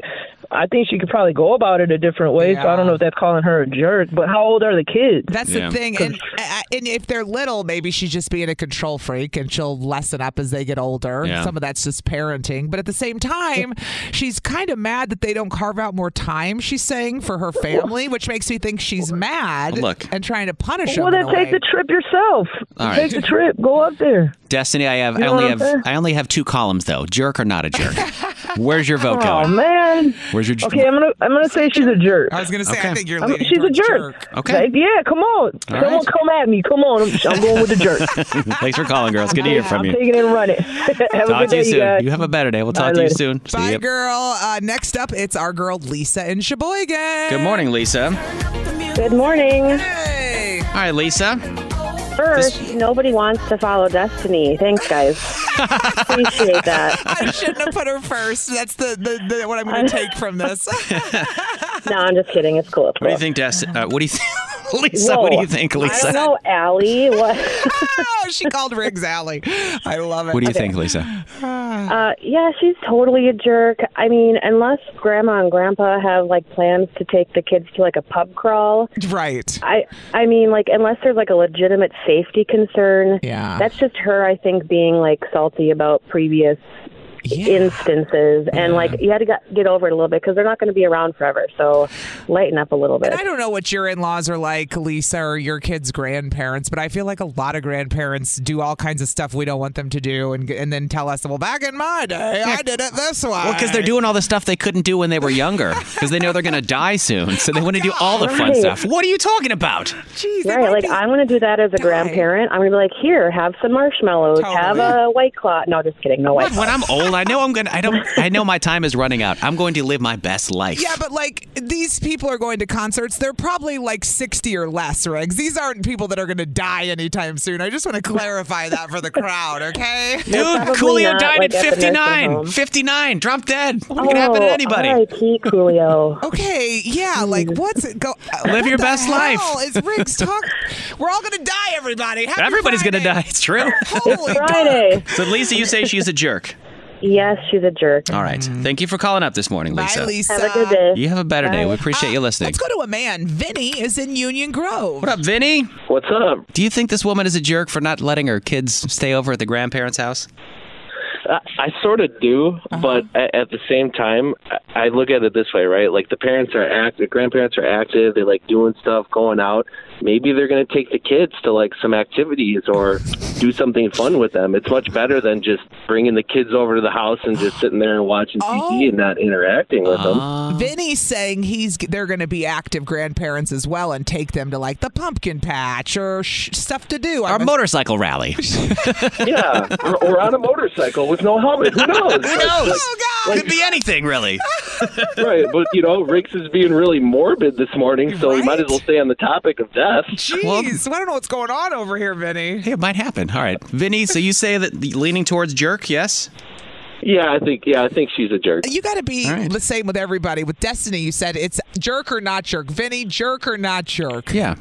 [SPEAKER 7] I think she could probably go about it a different way. So, I don't know if that's calling her a jerk. But how old are the kids?
[SPEAKER 2] That's the thing. And, I- I- and if they're little, maybe she's just being a control freak and she'll lessen up as they get older.
[SPEAKER 3] Yeah.
[SPEAKER 2] Some of that's just parenting. But at the same time, she's kind of mad that they don't carve out more time, she's saying, for her family, which makes me think she's mad
[SPEAKER 3] Look.
[SPEAKER 2] and trying to punish
[SPEAKER 7] well,
[SPEAKER 2] them.
[SPEAKER 7] then take the trip yourself.
[SPEAKER 3] All right.
[SPEAKER 7] Take the trip. Go up there.
[SPEAKER 3] Destiny, I have
[SPEAKER 7] You
[SPEAKER 3] I
[SPEAKER 7] know
[SPEAKER 3] only
[SPEAKER 7] what
[SPEAKER 3] have
[SPEAKER 7] I'm saying?
[SPEAKER 3] I only have two columns though. Jerk or not a jerk. Where's your vote
[SPEAKER 7] Oh,
[SPEAKER 3] going?
[SPEAKER 7] man.
[SPEAKER 3] Where's your
[SPEAKER 7] Okay, I'm gonna I'm gonna say she's a jerk.
[SPEAKER 2] I was going to say,
[SPEAKER 3] Okay.
[SPEAKER 2] I think you're
[SPEAKER 7] I'm-
[SPEAKER 2] leading
[SPEAKER 7] she's a
[SPEAKER 2] towards
[SPEAKER 7] jerk.
[SPEAKER 3] Okay.
[SPEAKER 7] Like, yeah, come on.
[SPEAKER 3] All
[SPEAKER 7] Someone
[SPEAKER 3] right.
[SPEAKER 7] come at me. Come on. I'm, I'm going with the jerk.
[SPEAKER 3] Thanks for calling, girls. Good to hear from
[SPEAKER 7] I'm
[SPEAKER 3] you.
[SPEAKER 7] taking it and running. Have a
[SPEAKER 3] Talk to
[SPEAKER 7] good day,
[SPEAKER 3] you
[SPEAKER 7] you guys.
[SPEAKER 3] soon. You have a better day. We'll
[SPEAKER 7] Bye
[SPEAKER 3] talk to you
[SPEAKER 7] later.
[SPEAKER 3] soon. See
[SPEAKER 2] Bye,
[SPEAKER 3] ya.
[SPEAKER 2] girl. Uh, next up, it's our girl Lisa in Sheboygan.
[SPEAKER 3] Good morning, Lisa.
[SPEAKER 6] Good morning.
[SPEAKER 2] Hey.
[SPEAKER 3] All right, Lisa.
[SPEAKER 6] First, nobody wants to follow Destiny. Thanks, guys. Appreciate that.
[SPEAKER 2] I shouldn't have put her first. That's the, the, the what I'm going to take from this.
[SPEAKER 6] No, I'm just kidding. It's cool. It's
[SPEAKER 3] What do you
[SPEAKER 6] cool.
[SPEAKER 3] think, Destiny? Uh, what do you think, Lisa? What do
[SPEAKER 6] um, Whoa.
[SPEAKER 3] you think,
[SPEAKER 6] I don't
[SPEAKER 3] Lisa?
[SPEAKER 6] know, Allie. What?
[SPEAKER 2] oh, she called Riggs Alley. I love it.
[SPEAKER 3] What do you think, Lisa?
[SPEAKER 2] Ah.
[SPEAKER 6] Uh, yeah, she's totally a jerk. I mean, unless grandma and grandpa have like plans to take the kids to like a pub crawl,
[SPEAKER 2] Right.
[SPEAKER 6] I I mean, like unless there's like a legitimate safety concern,
[SPEAKER 2] Yeah.
[SPEAKER 6] that's just her. I think being like salty about previous instances, and like you had to get, get over it a little bit because they're not going to be around forever. So lighten up a little bit.
[SPEAKER 2] I don't know what your in laws are like, Lisa, or your kids' grandparents, but I feel like a lot of grandparents do all kinds of stuff we don't want them to do and, and then tell us, well, back in my day, I did it this way.
[SPEAKER 3] Well, because they're doing all the stuff they couldn't do when they were younger, because they know they're going to die soon, so they want to do all the fun
[SPEAKER 6] Oh, Right.
[SPEAKER 3] stuff. What are you talking about?
[SPEAKER 2] Jeez, they
[SPEAKER 6] Right,
[SPEAKER 2] might
[SPEAKER 6] like
[SPEAKER 2] be-
[SPEAKER 6] I'm going to do that as a
[SPEAKER 2] die.
[SPEAKER 6] grandparent. I'm going to be like, here, have some marshmallows, have
[SPEAKER 2] Totally.
[SPEAKER 6] a white claw. No, just kidding, no white
[SPEAKER 3] What?
[SPEAKER 6] claw.
[SPEAKER 3] When I'm old, I know I'm gonna. I don't. I know my time is running out. I'm going to live my best life.
[SPEAKER 2] Yeah, but like these people are going to concerts. They're probably like 60 or less, Riggs. These aren't people that are going to die anytime soon. I just want to clarify that for the crowd, okay?
[SPEAKER 3] Dude,
[SPEAKER 6] Probably
[SPEAKER 3] Coolio
[SPEAKER 6] not,
[SPEAKER 3] died
[SPEAKER 6] like,
[SPEAKER 3] at
[SPEAKER 6] at the nursing
[SPEAKER 3] 59.
[SPEAKER 6] home.
[SPEAKER 3] 59, drop dead. It can happen to
[SPEAKER 6] Oh, Hmm.
[SPEAKER 3] anybody.
[SPEAKER 6] R.I.P. Coolio.
[SPEAKER 2] Okay, yeah, like what's it go? uh,
[SPEAKER 3] Live
[SPEAKER 2] what
[SPEAKER 3] your
[SPEAKER 2] the
[SPEAKER 3] best life.
[SPEAKER 2] hell Is Riggs talk? We're all gonna die, everybody. Happy
[SPEAKER 3] Everybody's going to die.
[SPEAKER 2] Friday.
[SPEAKER 3] It's true.
[SPEAKER 2] Holy
[SPEAKER 6] Friday.
[SPEAKER 3] so, Lisa, you say she's a jerk.
[SPEAKER 6] Yes, she's a jerk.
[SPEAKER 3] All right. Thank you for calling up this morning,
[SPEAKER 2] Bye,
[SPEAKER 3] Lisa.
[SPEAKER 2] Lisa.
[SPEAKER 6] Have a good day.
[SPEAKER 3] You have a better day. We appreciate you listening.
[SPEAKER 2] Let's go to a man. Vinny is in Union Grove.
[SPEAKER 3] What up, Vinny?
[SPEAKER 4] What's up?
[SPEAKER 3] Do you think this woman is a jerk for not letting her kids stay over at the grandparents' house?
[SPEAKER 4] I, Uh, I sort of do, but at, at the same time, I, I look at it this way, right? Like the parents are active, grandparents are active. They like doing stuff, going out. Maybe they're going to take the kids to like some activities or do something fun with them. It's much better than just bringing the kids over to the house and just sitting there and watching TV and not interacting with them.
[SPEAKER 3] Oh.
[SPEAKER 2] Vinny's saying he's they're going to be active grandparents as well and take them to like the pumpkin patch or sh- stuff to do.
[SPEAKER 3] Our
[SPEAKER 2] I'm-
[SPEAKER 3] motorcycle rally.
[SPEAKER 4] Yeah, or, or on a motorcycle with no helmet. Who knows? Who
[SPEAKER 2] oh God!
[SPEAKER 3] Could be anything, really.
[SPEAKER 4] Right, but you know, Riggs is being really morbid this morning, so we might as well stay on the topic of death.
[SPEAKER 2] Jeez, I don't know what's going on over here, Vinny.
[SPEAKER 3] Hey, it might happen. All right. Vinny, so you say that leaning towards jerk, yes?
[SPEAKER 4] Yeah, I think yeah, I think she's a jerk.
[SPEAKER 2] You got to be
[SPEAKER 3] All right.
[SPEAKER 2] the same with everybody. With Destiny, you said it's jerk or not jerk. Vinny, jerk or not jerk.
[SPEAKER 3] Yeah.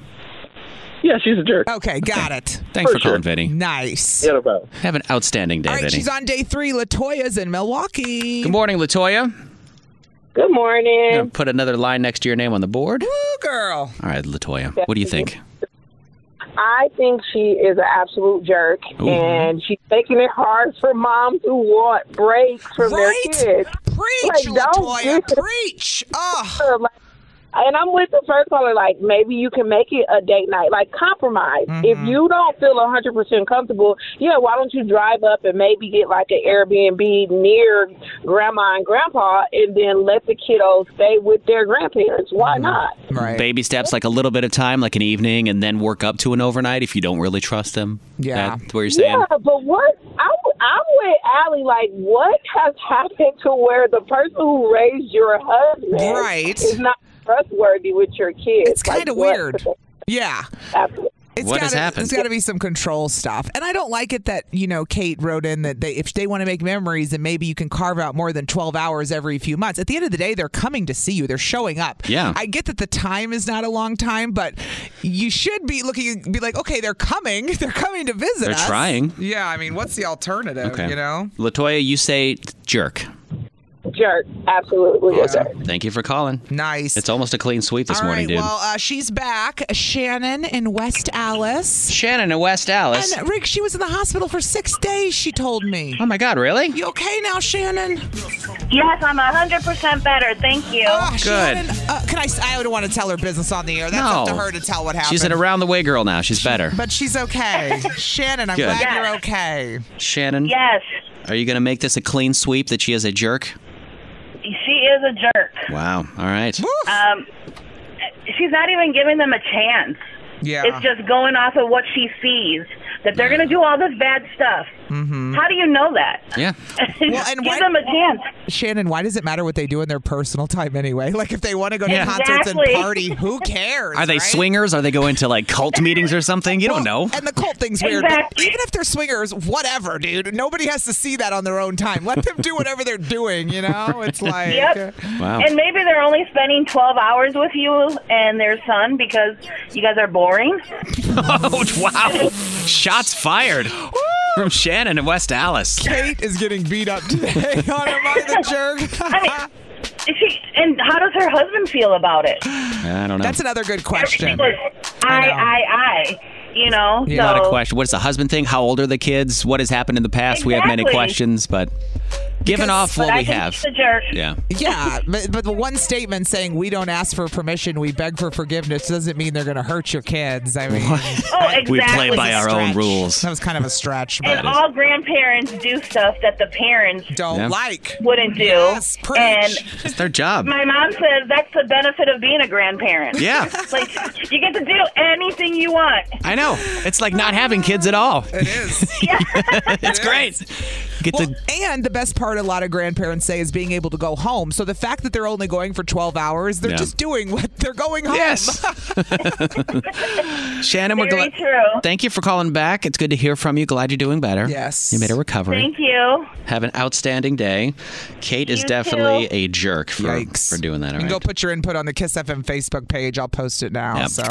[SPEAKER 4] Yeah, she's a jerk.
[SPEAKER 2] Okay, got it.
[SPEAKER 3] Thanks for,
[SPEAKER 4] For sure.
[SPEAKER 3] calling, Vinny.
[SPEAKER 2] Nice.
[SPEAKER 4] Yeah, no problem.
[SPEAKER 3] Have an outstanding day,
[SPEAKER 2] All right,
[SPEAKER 3] Vinny.
[SPEAKER 2] she's on day three. Latoya's in Milwaukee.
[SPEAKER 3] Good morning, Latoya.
[SPEAKER 7] Good morning.
[SPEAKER 3] Gonna put another line next to your name on the board.
[SPEAKER 2] Woo, girl.
[SPEAKER 3] All right, Latoya, what do you think?
[SPEAKER 7] I think she is an absolute jerk,
[SPEAKER 3] Ooh.
[SPEAKER 7] and she's making it hard for moms who want breaks from
[SPEAKER 2] Right?
[SPEAKER 7] their kids.
[SPEAKER 2] Preach,
[SPEAKER 7] Like, don't
[SPEAKER 2] Latoya.
[SPEAKER 7] do-
[SPEAKER 2] Preach. Oh,
[SPEAKER 7] Like,
[SPEAKER 8] and I'm with the first caller. Like maybe you can make it a date night. Like compromise. If
[SPEAKER 2] Mm-hmm.
[SPEAKER 8] you don't feel 100 percent comfortable, yeah, why don't you drive up and maybe get like an Airbnb near Grandma and Grandpa, and then let the kiddos stay with their grandparents. Why
[SPEAKER 2] Mm-hmm.
[SPEAKER 8] not?
[SPEAKER 2] Right.
[SPEAKER 3] Baby steps, like a little bit of time, like an evening, and then work up to an overnight if you don't really trust them.
[SPEAKER 2] Yeah.
[SPEAKER 3] That's what you're saying.
[SPEAKER 8] Yeah, but what I'm, I'm with Allie. Like, what has happened to where the person who raised your husband
[SPEAKER 2] Right.
[SPEAKER 8] is not trustworthy with your kids? It's
[SPEAKER 2] kinda weird. Yeah. It's
[SPEAKER 3] What
[SPEAKER 2] gotta,
[SPEAKER 3] has happened?
[SPEAKER 2] There's got to be some control stuff, and I don't like it that you know Kate wrote in that they, if they want to make memories, then maybe you can carve out more than 12 hours every few months. At the end of the day, they're coming to see you. They're showing up.
[SPEAKER 3] Yeah.
[SPEAKER 2] I get that the time is not a long time, but you should be looking, be like, okay, they're coming. They're coming to visit.
[SPEAKER 3] They're
[SPEAKER 2] us.
[SPEAKER 3] trying.
[SPEAKER 2] Yeah. I mean, what's the alternative?
[SPEAKER 3] Okay.
[SPEAKER 2] You know.
[SPEAKER 3] Latoya, you say jerk.
[SPEAKER 8] jerk. Absolutely.
[SPEAKER 3] Thank you for calling.
[SPEAKER 2] Nice.
[SPEAKER 3] It's almost a clean sweep this
[SPEAKER 2] All
[SPEAKER 3] morning,
[SPEAKER 2] right,
[SPEAKER 3] dude.
[SPEAKER 2] Well, uh, she's back. Shannon in West Alice.
[SPEAKER 3] Shannon in West Alice.
[SPEAKER 2] And Rick, she was in the hospital for six days. She told me.
[SPEAKER 3] oh my God, really?
[SPEAKER 2] You okay now, Shannon?
[SPEAKER 9] Yes, I'm 100% better. Thank you.
[SPEAKER 2] Good. Shannon, uh, can I? I don't want to tell her business on the air. That's up to
[SPEAKER 3] No.
[SPEAKER 2] her to tell what happened.
[SPEAKER 3] She's an around the way girl now. She's better.
[SPEAKER 2] but she's okay. Shannon, I'm
[SPEAKER 3] Good.
[SPEAKER 2] glad
[SPEAKER 3] Yes.
[SPEAKER 2] you're okay.
[SPEAKER 3] Shannon,
[SPEAKER 9] Yes,
[SPEAKER 3] are you going to make this a clean sweep that she is a jerk?
[SPEAKER 9] she is a jerk.
[SPEAKER 3] Wow. All right.
[SPEAKER 9] Um, she's not even giving them a chance.
[SPEAKER 2] Yeah.
[SPEAKER 9] It's just going off of what she sees that they're going to do all this bad stuff. How do you know that?
[SPEAKER 3] Yeah.
[SPEAKER 2] Mm-hmm. Well, and
[SPEAKER 9] Give
[SPEAKER 2] why-
[SPEAKER 9] them a chance.
[SPEAKER 2] Shannon, why does it matter what they do in their personal time anyway? Like if they want to go to
[SPEAKER 3] Yeah.
[SPEAKER 2] concerts and
[SPEAKER 9] Exactly.
[SPEAKER 2] party, who cares?
[SPEAKER 3] Are they swingers? Are they going to like cult meetings or something? You don't know.
[SPEAKER 2] And the cult thing's weird. but
[SPEAKER 9] Exactly.
[SPEAKER 2] Even if they're swingers, whatever, dude. Nobody has to see that on their own time. Let them do whatever they're doing, you know? It's like
[SPEAKER 9] Yep.
[SPEAKER 3] Wow.
[SPEAKER 9] And maybe they're only spending 12 hours with you and their son because you guys are boring.
[SPEAKER 3] Oh, wow. Shots fired from Shannon in West Alice.
[SPEAKER 2] Kate is getting beat up today on Am I the Jerk?
[SPEAKER 9] I mean, is she, and how does her husband feel about it?
[SPEAKER 3] I don't know.
[SPEAKER 2] That's another good question.
[SPEAKER 9] Like, I,
[SPEAKER 2] know.
[SPEAKER 9] I, I, you know?
[SPEAKER 3] a lot of
[SPEAKER 9] so-
[SPEAKER 3] questions. What is the husband thing? How old are the kids? What has happened in the past? We have many
[SPEAKER 9] Exactly.
[SPEAKER 3] questions, but giving off what
[SPEAKER 9] I
[SPEAKER 3] we
[SPEAKER 9] think
[SPEAKER 3] have.
[SPEAKER 9] she's a jerk.
[SPEAKER 3] Yeah.
[SPEAKER 2] Yeah, but, but the one statement saying we don't ask for permission, we beg for forgiveness doesn't mean they're going to hurt your kids. I mean,
[SPEAKER 9] Oh, exactly.
[SPEAKER 3] We play by our own
[SPEAKER 2] stretch.
[SPEAKER 3] rules.
[SPEAKER 2] that was kind of a stretch, but
[SPEAKER 9] And all grandparents do stuff that the parents
[SPEAKER 2] don't
[SPEAKER 3] Yeah. Uh,
[SPEAKER 2] like.
[SPEAKER 9] wouldn't do.
[SPEAKER 2] Yes, preach.
[SPEAKER 9] and
[SPEAKER 3] It's their job.
[SPEAKER 9] my mom said that's the benefit of being a grandparent.
[SPEAKER 3] Yeah.
[SPEAKER 9] Like, you get to do anything you want.
[SPEAKER 3] I know. It's like not having kids at all.
[SPEAKER 2] It is.
[SPEAKER 3] It's great. Get
[SPEAKER 2] Well,
[SPEAKER 3] the
[SPEAKER 2] and the best part a lot of grandparents say is being able to go home. So the fact that they're only going for 12 hours, they're
[SPEAKER 3] Yeah.
[SPEAKER 2] just doing what they're going home.
[SPEAKER 3] Yes. Shannon, we're
[SPEAKER 9] Very
[SPEAKER 3] glad.
[SPEAKER 9] true.
[SPEAKER 3] Thank you for calling back. It's good to hear from you. Glad you're doing better.
[SPEAKER 2] Yes.
[SPEAKER 3] You made a recovery.
[SPEAKER 9] Thank you.
[SPEAKER 3] Have an outstanding day. Kate is
[SPEAKER 9] You
[SPEAKER 3] definitely
[SPEAKER 9] too.
[SPEAKER 3] a jerk for,
[SPEAKER 2] Yikes.
[SPEAKER 3] for doing that. All
[SPEAKER 2] You can go
[SPEAKER 3] right.
[SPEAKER 2] put your input on the Kiss FM Facebook page. I'll post it now.
[SPEAKER 3] Yep.
[SPEAKER 2] So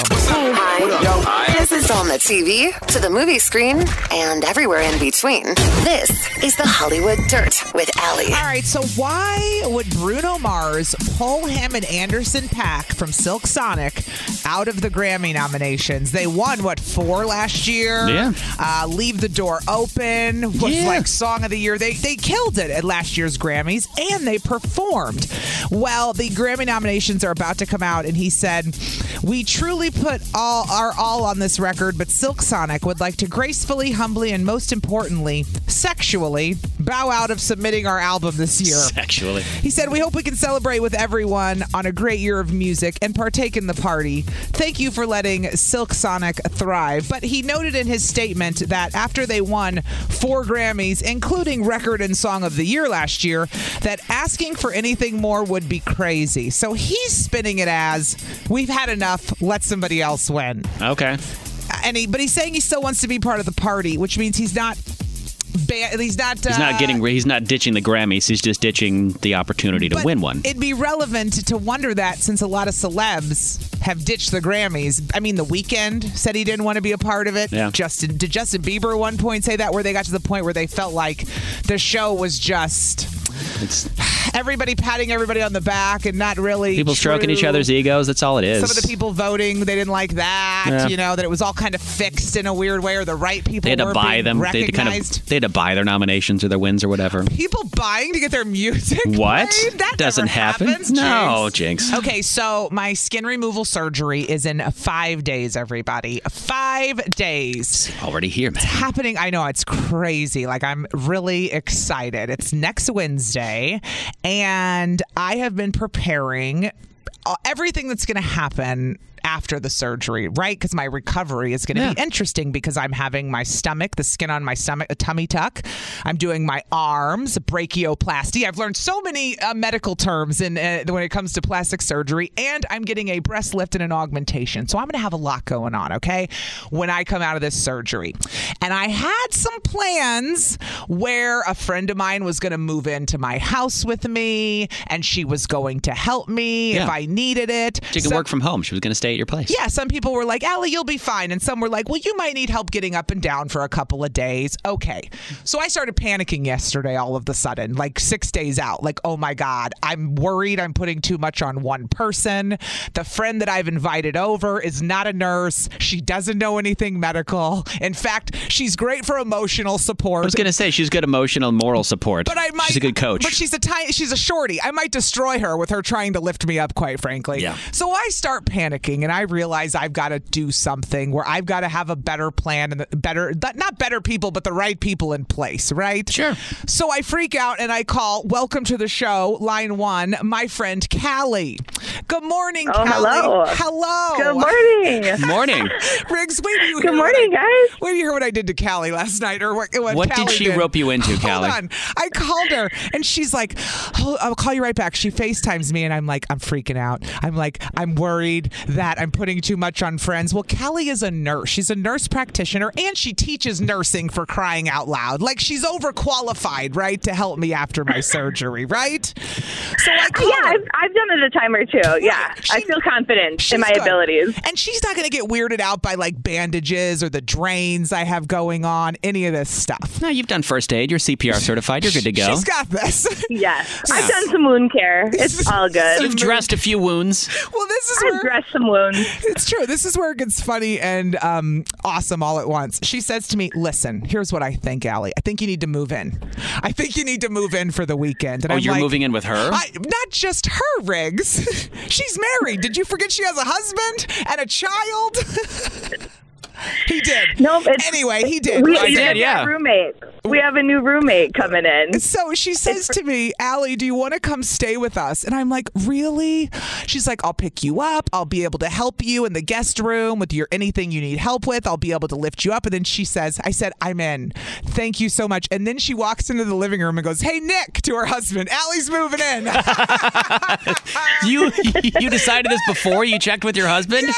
[SPEAKER 1] This is on the TV, to the movie screen, and everywhere in between. This is the Hollywood Dirt with Allie.
[SPEAKER 2] All right, so why would Bruno Mars pull him and Anderson Pack from Silk Sonic out of the Grammy nominations? They won, what, four last year?
[SPEAKER 3] Yeah.
[SPEAKER 2] Uh, Leave the Door Open was
[SPEAKER 3] Yeah.
[SPEAKER 2] like Song of the Year. They, they killed it at last year's Grammys and they performed. Well, the Grammy nominations are about to come out, and he said, We truly put all our all on this record, but Silk Sonic would like to gracefully, humbly, and most importantly, sexually bow out of submitting our album this year.
[SPEAKER 3] Sexually.
[SPEAKER 2] He said, We hope we can celebrate with everyone on a great year of music and partake in the party. Thank you for letting Silk Sonic thrive. But he noted in his statement that after they won four Grammys, including Record and Song of the Year last year, that asking for anything more would be crazy. So he's spinning it as, We've had enough, let somebody else win
[SPEAKER 3] Okay.
[SPEAKER 2] and he, but he's saying he still wants to be part of the party, which means he's not. Ba- he's not. uh,
[SPEAKER 3] He's not getting. He's not ditching the Grammys. He's just ditching the opportunity to win one.
[SPEAKER 2] It'd be relevant to wonder that since a lot of celebs have ditched the Grammys. I mean, The Weeknd said he didn't want to be a part of it.
[SPEAKER 3] Yeah.
[SPEAKER 2] Justin did Justin Bieber at one point say that where they got to the point where they felt like the show was just
[SPEAKER 3] It's
[SPEAKER 2] everybody patting everybody on the back and not really
[SPEAKER 3] people stroking
[SPEAKER 2] true.
[SPEAKER 3] each other's egos. That's all it is.
[SPEAKER 2] Some of the people voting, they didn't like that.
[SPEAKER 3] Yeah.
[SPEAKER 2] You know that it was all kind of fixed in a weird way, or the right people
[SPEAKER 3] they had to
[SPEAKER 2] weren't
[SPEAKER 3] buy
[SPEAKER 2] being
[SPEAKER 3] them. They had to
[SPEAKER 2] Recognized.
[SPEAKER 3] kind of they had to buy their nominations or their wins or whatever.
[SPEAKER 2] people buying to get their music.
[SPEAKER 3] What
[SPEAKER 2] played? That
[SPEAKER 3] doesn't happen?
[SPEAKER 2] happens,
[SPEAKER 3] No, jinx.
[SPEAKER 2] Okay, so my skin removal surgery is in five days, everybody. Five days.
[SPEAKER 3] Already here, man.
[SPEAKER 2] It's happening. I know it's crazy. Like I'm really excited. It's next Wednesday, and I have been preparing uh, everything that's going to happen after the surgery, right? Because my recovery is going to be interesting because I'm having my stomach, the skin on my stomach, a tummy tuck. I'm doing my arms, brachioplasty. I've learned so many uh, medical terms in uh, when it comes to plastic surgery, and I'm getting a breast lift and an augmentation. So I'm going to have a lot going on, okay? When I come out of this surgery, and I had some plans where a friend of mine was going to move into my house with me, and she was going to help me if
[SPEAKER 3] Yeah.
[SPEAKER 2] I needed it.
[SPEAKER 3] She can
[SPEAKER 2] So-
[SPEAKER 3] work from home. She was going to stay at your place.
[SPEAKER 2] yeah, some people were like, Allie, you'll be fine. And some were like, well, you might need help getting up and down for a couple of days. Okay. So I started panicking yesterday all of the sudden, like six days out. Like, oh my God, I'm worried I'm putting too much on one person. The friend that I've invited over is not a nurse. She doesn't know anything medical. In fact, she's great for emotional support.
[SPEAKER 3] I was going to say she's good emotional, moral support.
[SPEAKER 2] But I might.
[SPEAKER 3] she's a good coach.
[SPEAKER 2] But she's a tiny. She's a shorty. I might destroy her with her trying to lift me up. Quite frankly. Yeah. So I start panicking, and I realize I've got to do something where I've got to have a better plan and the better, th- not better people, but the right people in place. Right. Sure. So I freak out and I call. Welcome to the show, line one. My friend Callie. Good morning,
[SPEAKER 10] Oh,
[SPEAKER 2] Callie.
[SPEAKER 10] hello.
[SPEAKER 2] Hello.
[SPEAKER 10] Good morning.
[SPEAKER 3] Morning.
[SPEAKER 2] Riggs, wait do you
[SPEAKER 10] Good
[SPEAKER 2] hear
[SPEAKER 10] morning,
[SPEAKER 2] what I,
[SPEAKER 10] guys.
[SPEAKER 2] Wait do you hear what I did to Callie last night, or what? What,
[SPEAKER 3] What did
[SPEAKER 2] Callie
[SPEAKER 3] she rope you into,
[SPEAKER 2] Hold
[SPEAKER 3] Callie?
[SPEAKER 2] on. I called her and she's like, "Hold- I'll call you right back. She FaceTimes me and I'm like, I'm freaking out. I'm like, I'm worried that I'm putting too much on friends. Well, Callie is a nurse. She's a nurse practitioner and she teaches nursing for crying out loud. Like she's overqualified, right, to help me after my surgery, right? So I call
[SPEAKER 10] Yeah, I've, I've done it a time or two. Yeah, I feel confident in my
[SPEAKER 2] She's good.
[SPEAKER 10] abilities.
[SPEAKER 2] And she's not going to get weirded out by like bandages or the drains I have going on, any of this stuff.
[SPEAKER 3] no, you've done first aid. You're CPR certified. You're good to go.
[SPEAKER 2] She's got this.
[SPEAKER 10] Yes. I've
[SPEAKER 3] Yeah.
[SPEAKER 10] done some wound care. It's all good.
[SPEAKER 3] You've dressed a few wounds.
[SPEAKER 2] Well, this is
[SPEAKER 10] I've dressed some wounds.
[SPEAKER 2] It's true. This is where it gets funny and um, awesome all at once. She says to me, "Listen, here's what I think, Allie. I think you need to move in. I think you need to move in for the weekend." And
[SPEAKER 3] Oh,
[SPEAKER 2] I'm
[SPEAKER 3] you're
[SPEAKER 2] like,
[SPEAKER 3] moving in with her?
[SPEAKER 2] I, not just her, Riggs. She's married. Did you forget she has a husband and a child? he did. No. Anyway, he did.
[SPEAKER 10] We, we have a roommate. We have a new roommate coming in.
[SPEAKER 2] So she says to me, Allie, do you want to come stay with us? And I'm like, really? She's like, I'll pick you up. I'll be able to help you in the guest room with your anything you need help with. I'll be able to lift you up. And then she says, I said, I'm in. Thank you so much. And then she walks into the living room and goes, Hey, Nick, to her husband, Allie's moving in.
[SPEAKER 3] you you decided this before you checked with your husband?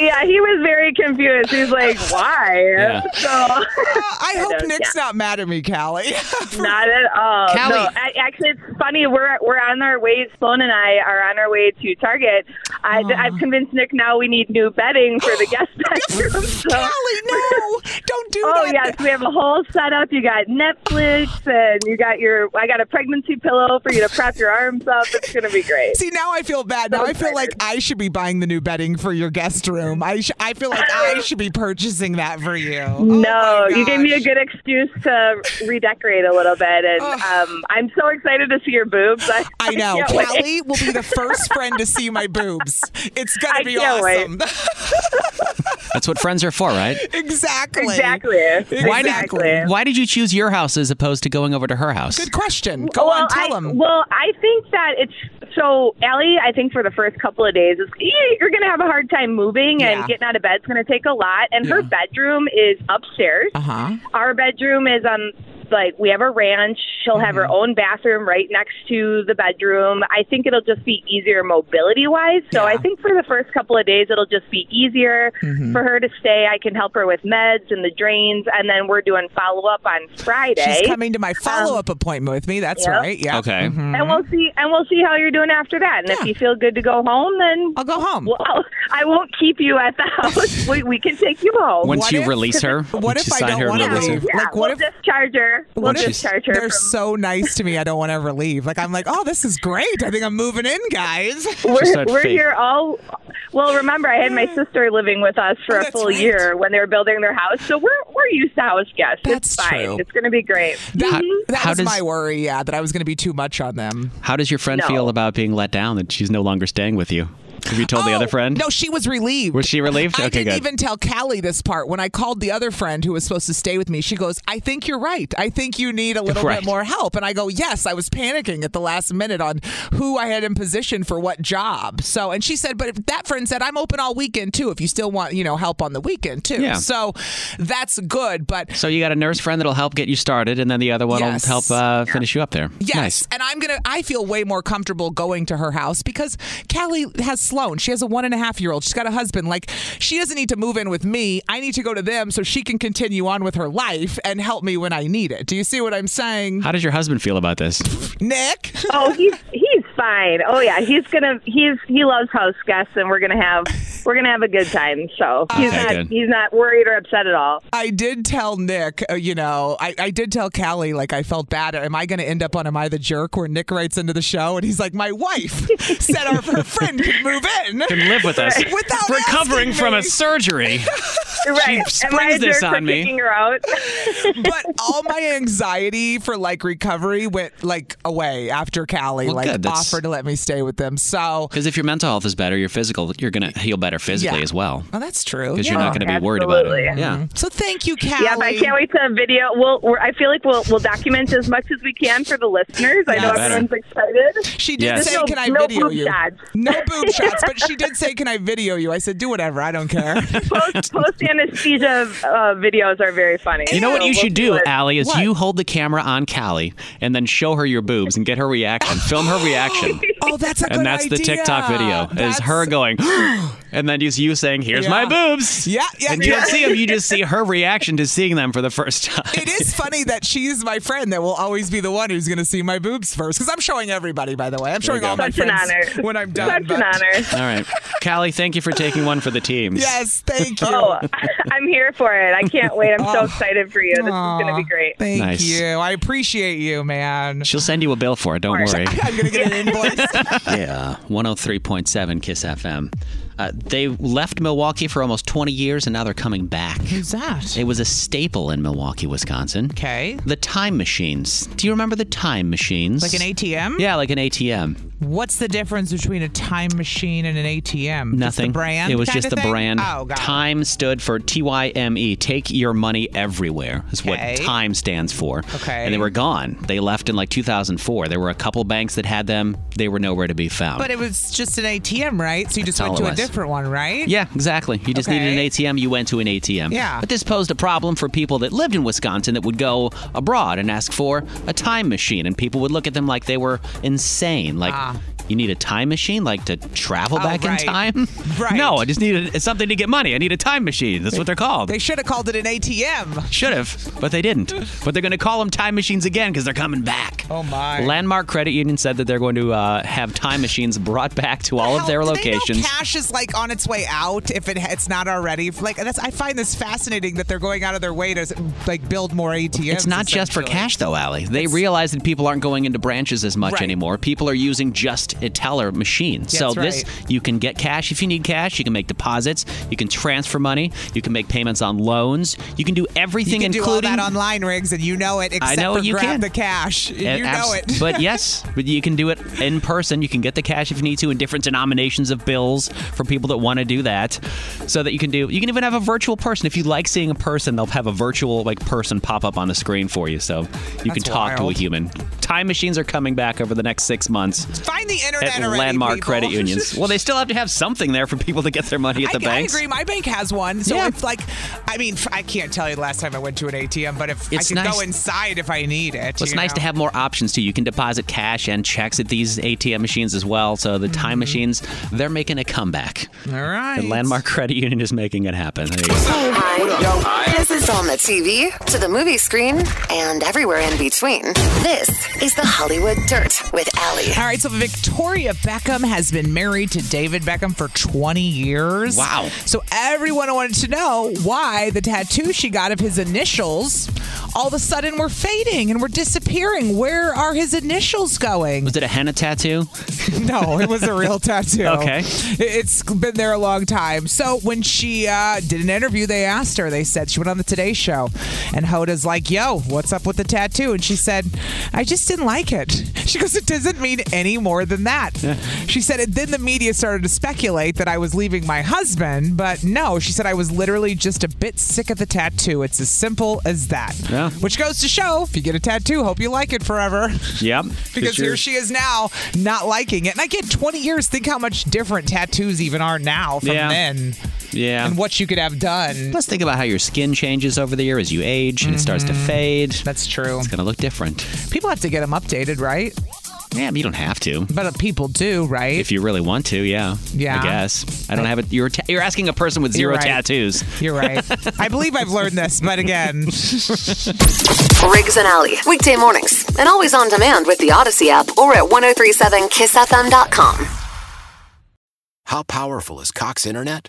[SPEAKER 10] yeah, he was very confused. He's like, "Why?"
[SPEAKER 3] Yeah.
[SPEAKER 10] So I
[SPEAKER 2] hope
[SPEAKER 10] don't-
[SPEAKER 2] Nick's
[SPEAKER 10] yeah.
[SPEAKER 2] not mad at me, Callie.
[SPEAKER 10] Not at all.
[SPEAKER 2] Callie.
[SPEAKER 10] No, I, actually, it's funny. We're we're on our way. Sloan and I are on our way to Target. I, I've convinced Nick now we need new bedding for the guest bedroom. So.
[SPEAKER 2] Callie, no, don't do
[SPEAKER 10] oh, yes, we have a whole setup. You got Netflix, and you got your. I got a pregnancy pillow for you to prop your arms up. It's gonna be great.
[SPEAKER 2] See, now I feel bad. Now I feel like I should be buying the new bedding for your guest room. I, sh- I feel like I should be purchasing that for you.
[SPEAKER 10] No, you gave me a good excuse to redecorate a little bit, and um, I'm so excited to see your boobs. I,
[SPEAKER 2] I know.
[SPEAKER 10] can't wait.
[SPEAKER 2] Callie will be the first friend to see my boobs. It's going to be
[SPEAKER 10] can't wait.
[SPEAKER 2] awesome.
[SPEAKER 3] That's what friends are for, right?
[SPEAKER 2] exactly.
[SPEAKER 10] Exactly.
[SPEAKER 3] Why
[SPEAKER 10] Exactly.
[SPEAKER 3] did Why did you choose your house as opposed to going over to her house?
[SPEAKER 2] Good question. Go
[SPEAKER 10] well,
[SPEAKER 2] on, tell
[SPEAKER 10] I,
[SPEAKER 2] them.
[SPEAKER 10] Well, I think that it's so, Allie. I think for the first couple of days, it's, you- you're going to have a hard time moving and
[SPEAKER 2] Yeah.
[SPEAKER 10] getting out of bed's going to take a lot. And her bedroom is upstairs.
[SPEAKER 2] Uh huh.
[SPEAKER 10] Our bedroom is um like we have a ranch. She'll have
[SPEAKER 2] Mm-hmm.
[SPEAKER 10] her own bathroom right next to the bedroom. I think it'll just be easier mobility wise. So I think for the first couple of days it'll just be easier
[SPEAKER 2] Mm-hmm.
[SPEAKER 10] for her to stay. I can help her with meds and the drains and then we're doing follow up on Friday.
[SPEAKER 2] She's coming to my follow
[SPEAKER 10] Um,
[SPEAKER 2] up appointment with me. That's
[SPEAKER 10] yeah.
[SPEAKER 2] right. Yeah.
[SPEAKER 3] Okay.
[SPEAKER 2] Mhm.
[SPEAKER 10] And we'll see. And we'll see how you're doing after that. And if you feel good to go home, then
[SPEAKER 2] I'll go home.
[SPEAKER 10] Well, I won't keep you at the house. we, we can take you home
[SPEAKER 3] Once you release her,
[SPEAKER 2] What
[SPEAKER 3] once
[SPEAKER 2] if
[SPEAKER 3] you
[SPEAKER 2] I
[SPEAKER 3] sign
[SPEAKER 2] don't
[SPEAKER 3] her and
[SPEAKER 2] wanna
[SPEAKER 3] release her.
[SPEAKER 2] leave? Like, what
[SPEAKER 10] we'll
[SPEAKER 2] if-
[SPEAKER 10] discharge her her. We'll
[SPEAKER 2] What
[SPEAKER 10] just
[SPEAKER 2] if-
[SPEAKER 10] charge her.
[SPEAKER 2] They're
[SPEAKER 10] from-
[SPEAKER 2] so nice to me. I don't want to ever leave. Like I'm like, oh, this is great. I think I'm moving in, guys.
[SPEAKER 10] we're, we're here all. Well, remember, I had
[SPEAKER 2] Mm.
[SPEAKER 10] my sister living with us
[SPEAKER 2] Oh,
[SPEAKER 10] for a full year when they were building their house, so we're we're used to house guests. That's it's fine.
[SPEAKER 2] true.
[SPEAKER 10] It's going to be great.
[SPEAKER 2] That, that
[SPEAKER 3] how
[SPEAKER 2] was
[SPEAKER 3] does-
[SPEAKER 2] my worry. Yeah, that I was going to be too much on them.
[SPEAKER 3] How does your friend
[SPEAKER 2] No.
[SPEAKER 3] feel about being let down that she's no longer staying with you? Have you told the other friend?
[SPEAKER 2] Oh, No, she was relieved.
[SPEAKER 3] Was she relieved?
[SPEAKER 2] I
[SPEAKER 3] okay,
[SPEAKER 2] didn't
[SPEAKER 3] good.
[SPEAKER 2] even tell Callie this part. When I called the other friend who was supposed to stay with me, she goes, I think you're right. I think you need a little
[SPEAKER 3] Right.
[SPEAKER 2] bit more help. And I go, Yes, I was panicking at the last minute on who I had in position for what job. So, and she said, But if that friend said, I'm open all weekend too, if you still want, you know, help on the weekend too.
[SPEAKER 3] Yeah.
[SPEAKER 2] So that's good. But
[SPEAKER 3] so you got a nurse friend that'll help get you started, and then the other one
[SPEAKER 2] Yes.
[SPEAKER 3] will help uh, finish you up there.
[SPEAKER 2] Yes,
[SPEAKER 3] Nice.
[SPEAKER 2] and I'm gonna. I feel way more comfortable going to her house because Callie has Sloan. She has a one and a half year old. She's got a husband. Like she doesn't need to move in with me. I need to go to them so she can continue on with her life and help me when I need it. Do you see what I'm saying?
[SPEAKER 3] How does your husband feel about this?
[SPEAKER 2] Nick?
[SPEAKER 10] Oh, he's he's fine. Oh yeah, he's gonna he's he loves house guests, and we're gonna have we're gonna have a good time. So he's
[SPEAKER 2] Okay,
[SPEAKER 10] not
[SPEAKER 2] good.
[SPEAKER 10] he's not worried or upset at all.
[SPEAKER 2] I did tell Nick, uh, you know, I, I did tell Callie, like, I felt bad. Am I going to end up on Am I the Jerk where Nick writes into the show and he's like, my wife said our her friend could move in.
[SPEAKER 3] Can live with us.
[SPEAKER 2] Without
[SPEAKER 3] Recovering
[SPEAKER 2] asking
[SPEAKER 3] from
[SPEAKER 2] me.
[SPEAKER 3] a surgery.
[SPEAKER 10] Right? Am I a
[SPEAKER 3] springs this
[SPEAKER 10] jerk for
[SPEAKER 3] on me.
[SPEAKER 10] kicking her out?
[SPEAKER 2] but all my anxiety for like recovery went like away after Callie like
[SPEAKER 3] good, that's-
[SPEAKER 2] offered to let me stay with them. So
[SPEAKER 3] Because if your mental health is better, your physical, you're going to heal better physically
[SPEAKER 2] Yeah.
[SPEAKER 3] as well.
[SPEAKER 2] Oh, that's true. Mm-hmm.
[SPEAKER 3] Because you're not going to be worried about it. Yeah.
[SPEAKER 2] So thank you, Callie.
[SPEAKER 10] Yeah, but I can't wait to video. We'll, we're, I feel like we'll we'll document as much as we can for the listeners. I know
[SPEAKER 2] Yes.
[SPEAKER 10] everyone's excited.
[SPEAKER 2] she did
[SPEAKER 10] There's
[SPEAKER 2] say,
[SPEAKER 10] no,
[SPEAKER 2] "Can I
[SPEAKER 10] no
[SPEAKER 2] video
[SPEAKER 10] boob
[SPEAKER 2] you?"
[SPEAKER 10] shots.
[SPEAKER 2] No boob shots, but she did say, "Can I video you?" I said, "Do whatever. I don't care."
[SPEAKER 10] Post post anesthesia uh, videos are very funny.
[SPEAKER 3] You know what
[SPEAKER 10] So
[SPEAKER 3] you
[SPEAKER 10] we'll
[SPEAKER 3] should
[SPEAKER 10] do
[SPEAKER 3] do,
[SPEAKER 10] it.
[SPEAKER 3] Allie, is you hold the camera on Callie and then show her your boobs and get her reaction. Film her reaction.
[SPEAKER 2] oh, that's a good
[SPEAKER 3] and that's the
[SPEAKER 2] idea.
[SPEAKER 3] TikTok video. Is her going, and then just you saying, "Here's my
[SPEAKER 2] Yeah.
[SPEAKER 3] boobs."
[SPEAKER 2] Yeah, yeah,
[SPEAKER 3] And you
[SPEAKER 2] yeah.
[SPEAKER 3] don't see them; you just see her reaction to seeing them for the first time.
[SPEAKER 2] It is funny that she's my friend that will always be the one who's going to see my boobs first because I'm showing everybody. By the way, I'm showing
[SPEAKER 3] you go.
[SPEAKER 2] all my
[SPEAKER 10] Such an
[SPEAKER 2] friends
[SPEAKER 10] honor.
[SPEAKER 2] when I'm done.
[SPEAKER 10] Such an
[SPEAKER 2] but-
[SPEAKER 10] honor.
[SPEAKER 3] All right, Callie, thank you for taking one for the teams.
[SPEAKER 2] Yes, thank you. Oh.
[SPEAKER 10] Oh, I'm here for it. I can't wait. I'm so excited for you. This is going to
[SPEAKER 2] Aw,
[SPEAKER 10] be great.
[SPEAKER 2] Thank
[SPEAKER 3] Nice.
[SPEAKER 2] you. I appreciate you, man.
[SPEAKER 3] She'll send you a bill for it. Don't worry.
[SPEAKER 2] I'm gonna get an invoice.
[SPEAKER 3] yeah, 103.7 Kiss FM. Uh, they left Milwaukee for almost 20 years and now they're coming back.
[SPEAKER 2] Who's that?
[SPEAKER 3] It was a staple in Milwaukee, Wisconsin.
[SPEAKER 2] Okay.
[SPEAKER 3] The time machines. Do you remember the time machines?
[SPEAKER 2] Like an ATM?
[SPEAKER 3] Yeah, like an ATM.
[SPEAKER 2] What's the difference between a time machine and an ATM? Just
[SPEAKER 3] Nothing.
[SPEAKER 2] the brand.
[SPEAKER 3] It was
[SPEAKER 2] kinda
[SPEAKER 3] just the
[SPEAKER 2] thing?
[SPEAKER 3] brand.
[SPEAKER 2] Oh god.
[SPEAKER 3] Time stood for T Y M E. Take your money everywhere is
[SPEAKER 2] Okay.
[SPEAKER 3] what time stands for.
[SPEAKER 2] Okay.
[SPEAKER 3] And they were gone. They left in like 2004. There were a couple banks that had them. They were nowhere to be found.
[SPEAKER 2] But it was just an ATM, right? So you just
[SPEAKER 3] That's
[SPEAKER 2] went
[SPEAKER 3] all
[SPEAKER 2] to
[SPEAKER 3] it
[SPEAKER 2] a
[SPEAKER 3] was.
[SPEAKER 2] different one, right?
[SPEAKER 3] Yeah, exactly. You just needed an ATM, you went to an ATM.
[SPEAKER 2] Yeah.
[SPEAKER 3] But this posed a problem for people that lived in Wisconsin that would go abroad and ask for a time machine, and people would look at them like they were insane. Like, you need a time machine, like to travel
[SPEAKER 2] Ah. Oh,
[SPEAKER 3] back
[SPEAKER 2] right.
[SPEAKER 3] in time?
[SPEAKER 2] Right.
[SPEAKER 3] No, I just needed something to get money. I need a time machine. That's what they're called.
[SPEAKER 2] They should have called it an ATM.
[SPEAKER 3] Should have, but they didn't. But they're going to call them time machines again because they're coming back.
[SPEAKER 2] Oh my.
[SPEAKER 3] Landmark Credit Union said that they're going to uh, have time machines brought back to all of their locations.
[SPEAKER 2] Cash is like on its way out if it, it's not already. Like that's I find this fascinating that they're going out of their way to like build more ATMs.
[SPEAKER 3] It's not just for
[SPEAKER 2] essentially.
[SPEAKER 3] cash, though, Allie. They realize that people aren't going into branches as much
[SPEAKER 2] Right.
[SPEAKER 3] anymore. People are using just a teller machine. so
[SPEAKER 2] That's
[SPEAKER 3] this,
[SPEAKER 2] right.
[SPEAKER 3] you can get cash if you need cash. You can make deposits. You can transfer money. You can make payments on loans. You can do
[SPEAKER 2] You
[SPEAKER 3] everything,
[SPEAKER 2] can do all
[SPEAKER 3] including
[SPEAKER 2] that online rigs, and you know it. Except
[SPEAKER 3] know
[SPEAKER 2] for
[SPEAKER 3] you
[SPEAKER 2] grab
[SPEAKER 3] can.
[SPEAKER 2] the cash. You
[SPEAKER 3] And
[SPEAKER 2] know
[SPEAKER 3] abs-
[SPEAKER 2] it.
[SPEAKER 3] but yes, but you can do it in person. You can get the cash if you need to in different denominations of bills for people that want to do that. So that you can do you can even have a virtual person. If you like seeing a person, they'll have a virtual like person pop up on the screen for you. So you can
[SPEAKER 2] That's
[SPEAKER 3] talk
[SPEAKER 2] wild.
[SPEAKER 3] to a human. Time machines are coming back over the next six months.
[SPEAKER 2] Find the internet
[SPEAKER 3] at
[SPEAKER 2] already,
[SPEAKER 3] landmark
[SPEAKER 2] people.
[SPEAKER 3] credit unions. Well, they still have to have something there for people to get their money at the
[SPEAKER 2] I, I
[SPEAKER 3] banks.
[SPEAKER 2] agree. My bank has one. So
[SPEAKER 3] Yeah.
[SPEAKER 2] if like, I mean, f- I can't tell you the last time I went to an ATM, but if
[SPEAKER 3] It's
[SPEAKER 2] I can go
[SPEAKER 3] nice-
[SPEAKER 2] inside if I need it.
[SPEAKER 3] Well, it's
[SPEAKER 2] you
[SPEAKER 3] nice to
[SPEAKER 2] know?
[SPEAKER 3] have more options too. You can deposit cash and checks at these ATM machines as well. So the
[SPEAKER 2] Mm-hmm.
[SPEAKER 3] time machines, they're making a comeback.
[SPEAKER 2] All right.
[SPEAKER 3] The Landmark Credit Union is making it happen. There you go.
[SPEAKER 1] Hi. This is on the TV, to the movie screen, and everywhere in between. This is the Hollywood Dirt with Allie.
[SPEAKER 2] All right, so Victoria Beckham has been married to David Beckham for 20 years.
[SPEAKER 3] Wow.
[SPEAKER 2] So everyone wanted to know why the tattoo she got of his initials all of a sudden were fading and were disappearing. Where are his initials going?
[SPEAKER 3] Was it a henna tattoo?
[SPEAKER 2] no, it was a real tattoo.
[SPEAKER 3] Okay.
[SPEAKER 2] It- It's been there a long time. So when she uh, did an interview, they asked her, they said she went on the Today Show, and Hoda's like, yo, what's up with the tattoo? And she said, I just didn't like it. She goes, it doesn't mean any more than that. She said, and then the media started to speculate that I was leaving my husband, but no, she said, I was literally just a bit sick of the tattoo. It's as simple as that. Yeah. Which goes to show if you get a tattoo, hope you like it forever.
[SPEAKER 3] Yep.
[SPEAKER 2] Because here she is now, not liking it. And I get 20 years. Think how much different tattoos even are now from
[SPEAKER 3] Yeah.
[SPEAKER 2] then.
[SPEAKER 3] Yeah.
[SPEAKER 2] And what you could have done.
[SPEAKER 3] Let's think about how your skin changes over the year as you age and it starts to fade. That's
[SPEAKER 2] Mm-hmm. true.
[SPEAKER 3] It's going to look different.
[SPEAKER 2] People have to get them updated, right?
[SPEAKER 3] Yeah, but you don't have to.
[SPEAKER 2] But uh, people do, right?
[SPEAKER 3] If you really want to, yeah.
[SPEAKER 2] Yeah.
[SPEAKER 3] I guess. I don't have it. You're ta- you're asking a person with
[SPEAKER 2] You're
[SPEAKER 3] zero
[SPEAKER 2] right.
[SPEAKER 3] tattoos.
[SPEAKER 2] You're right. I believe I've learned this, but again.
[SPEAKER 1] Riggs and Alley, weekday mornings, and always on demand with the Odyssey app or at 1037kissfm.com.
[SPEAKER 11] How powerful is Cox Internet?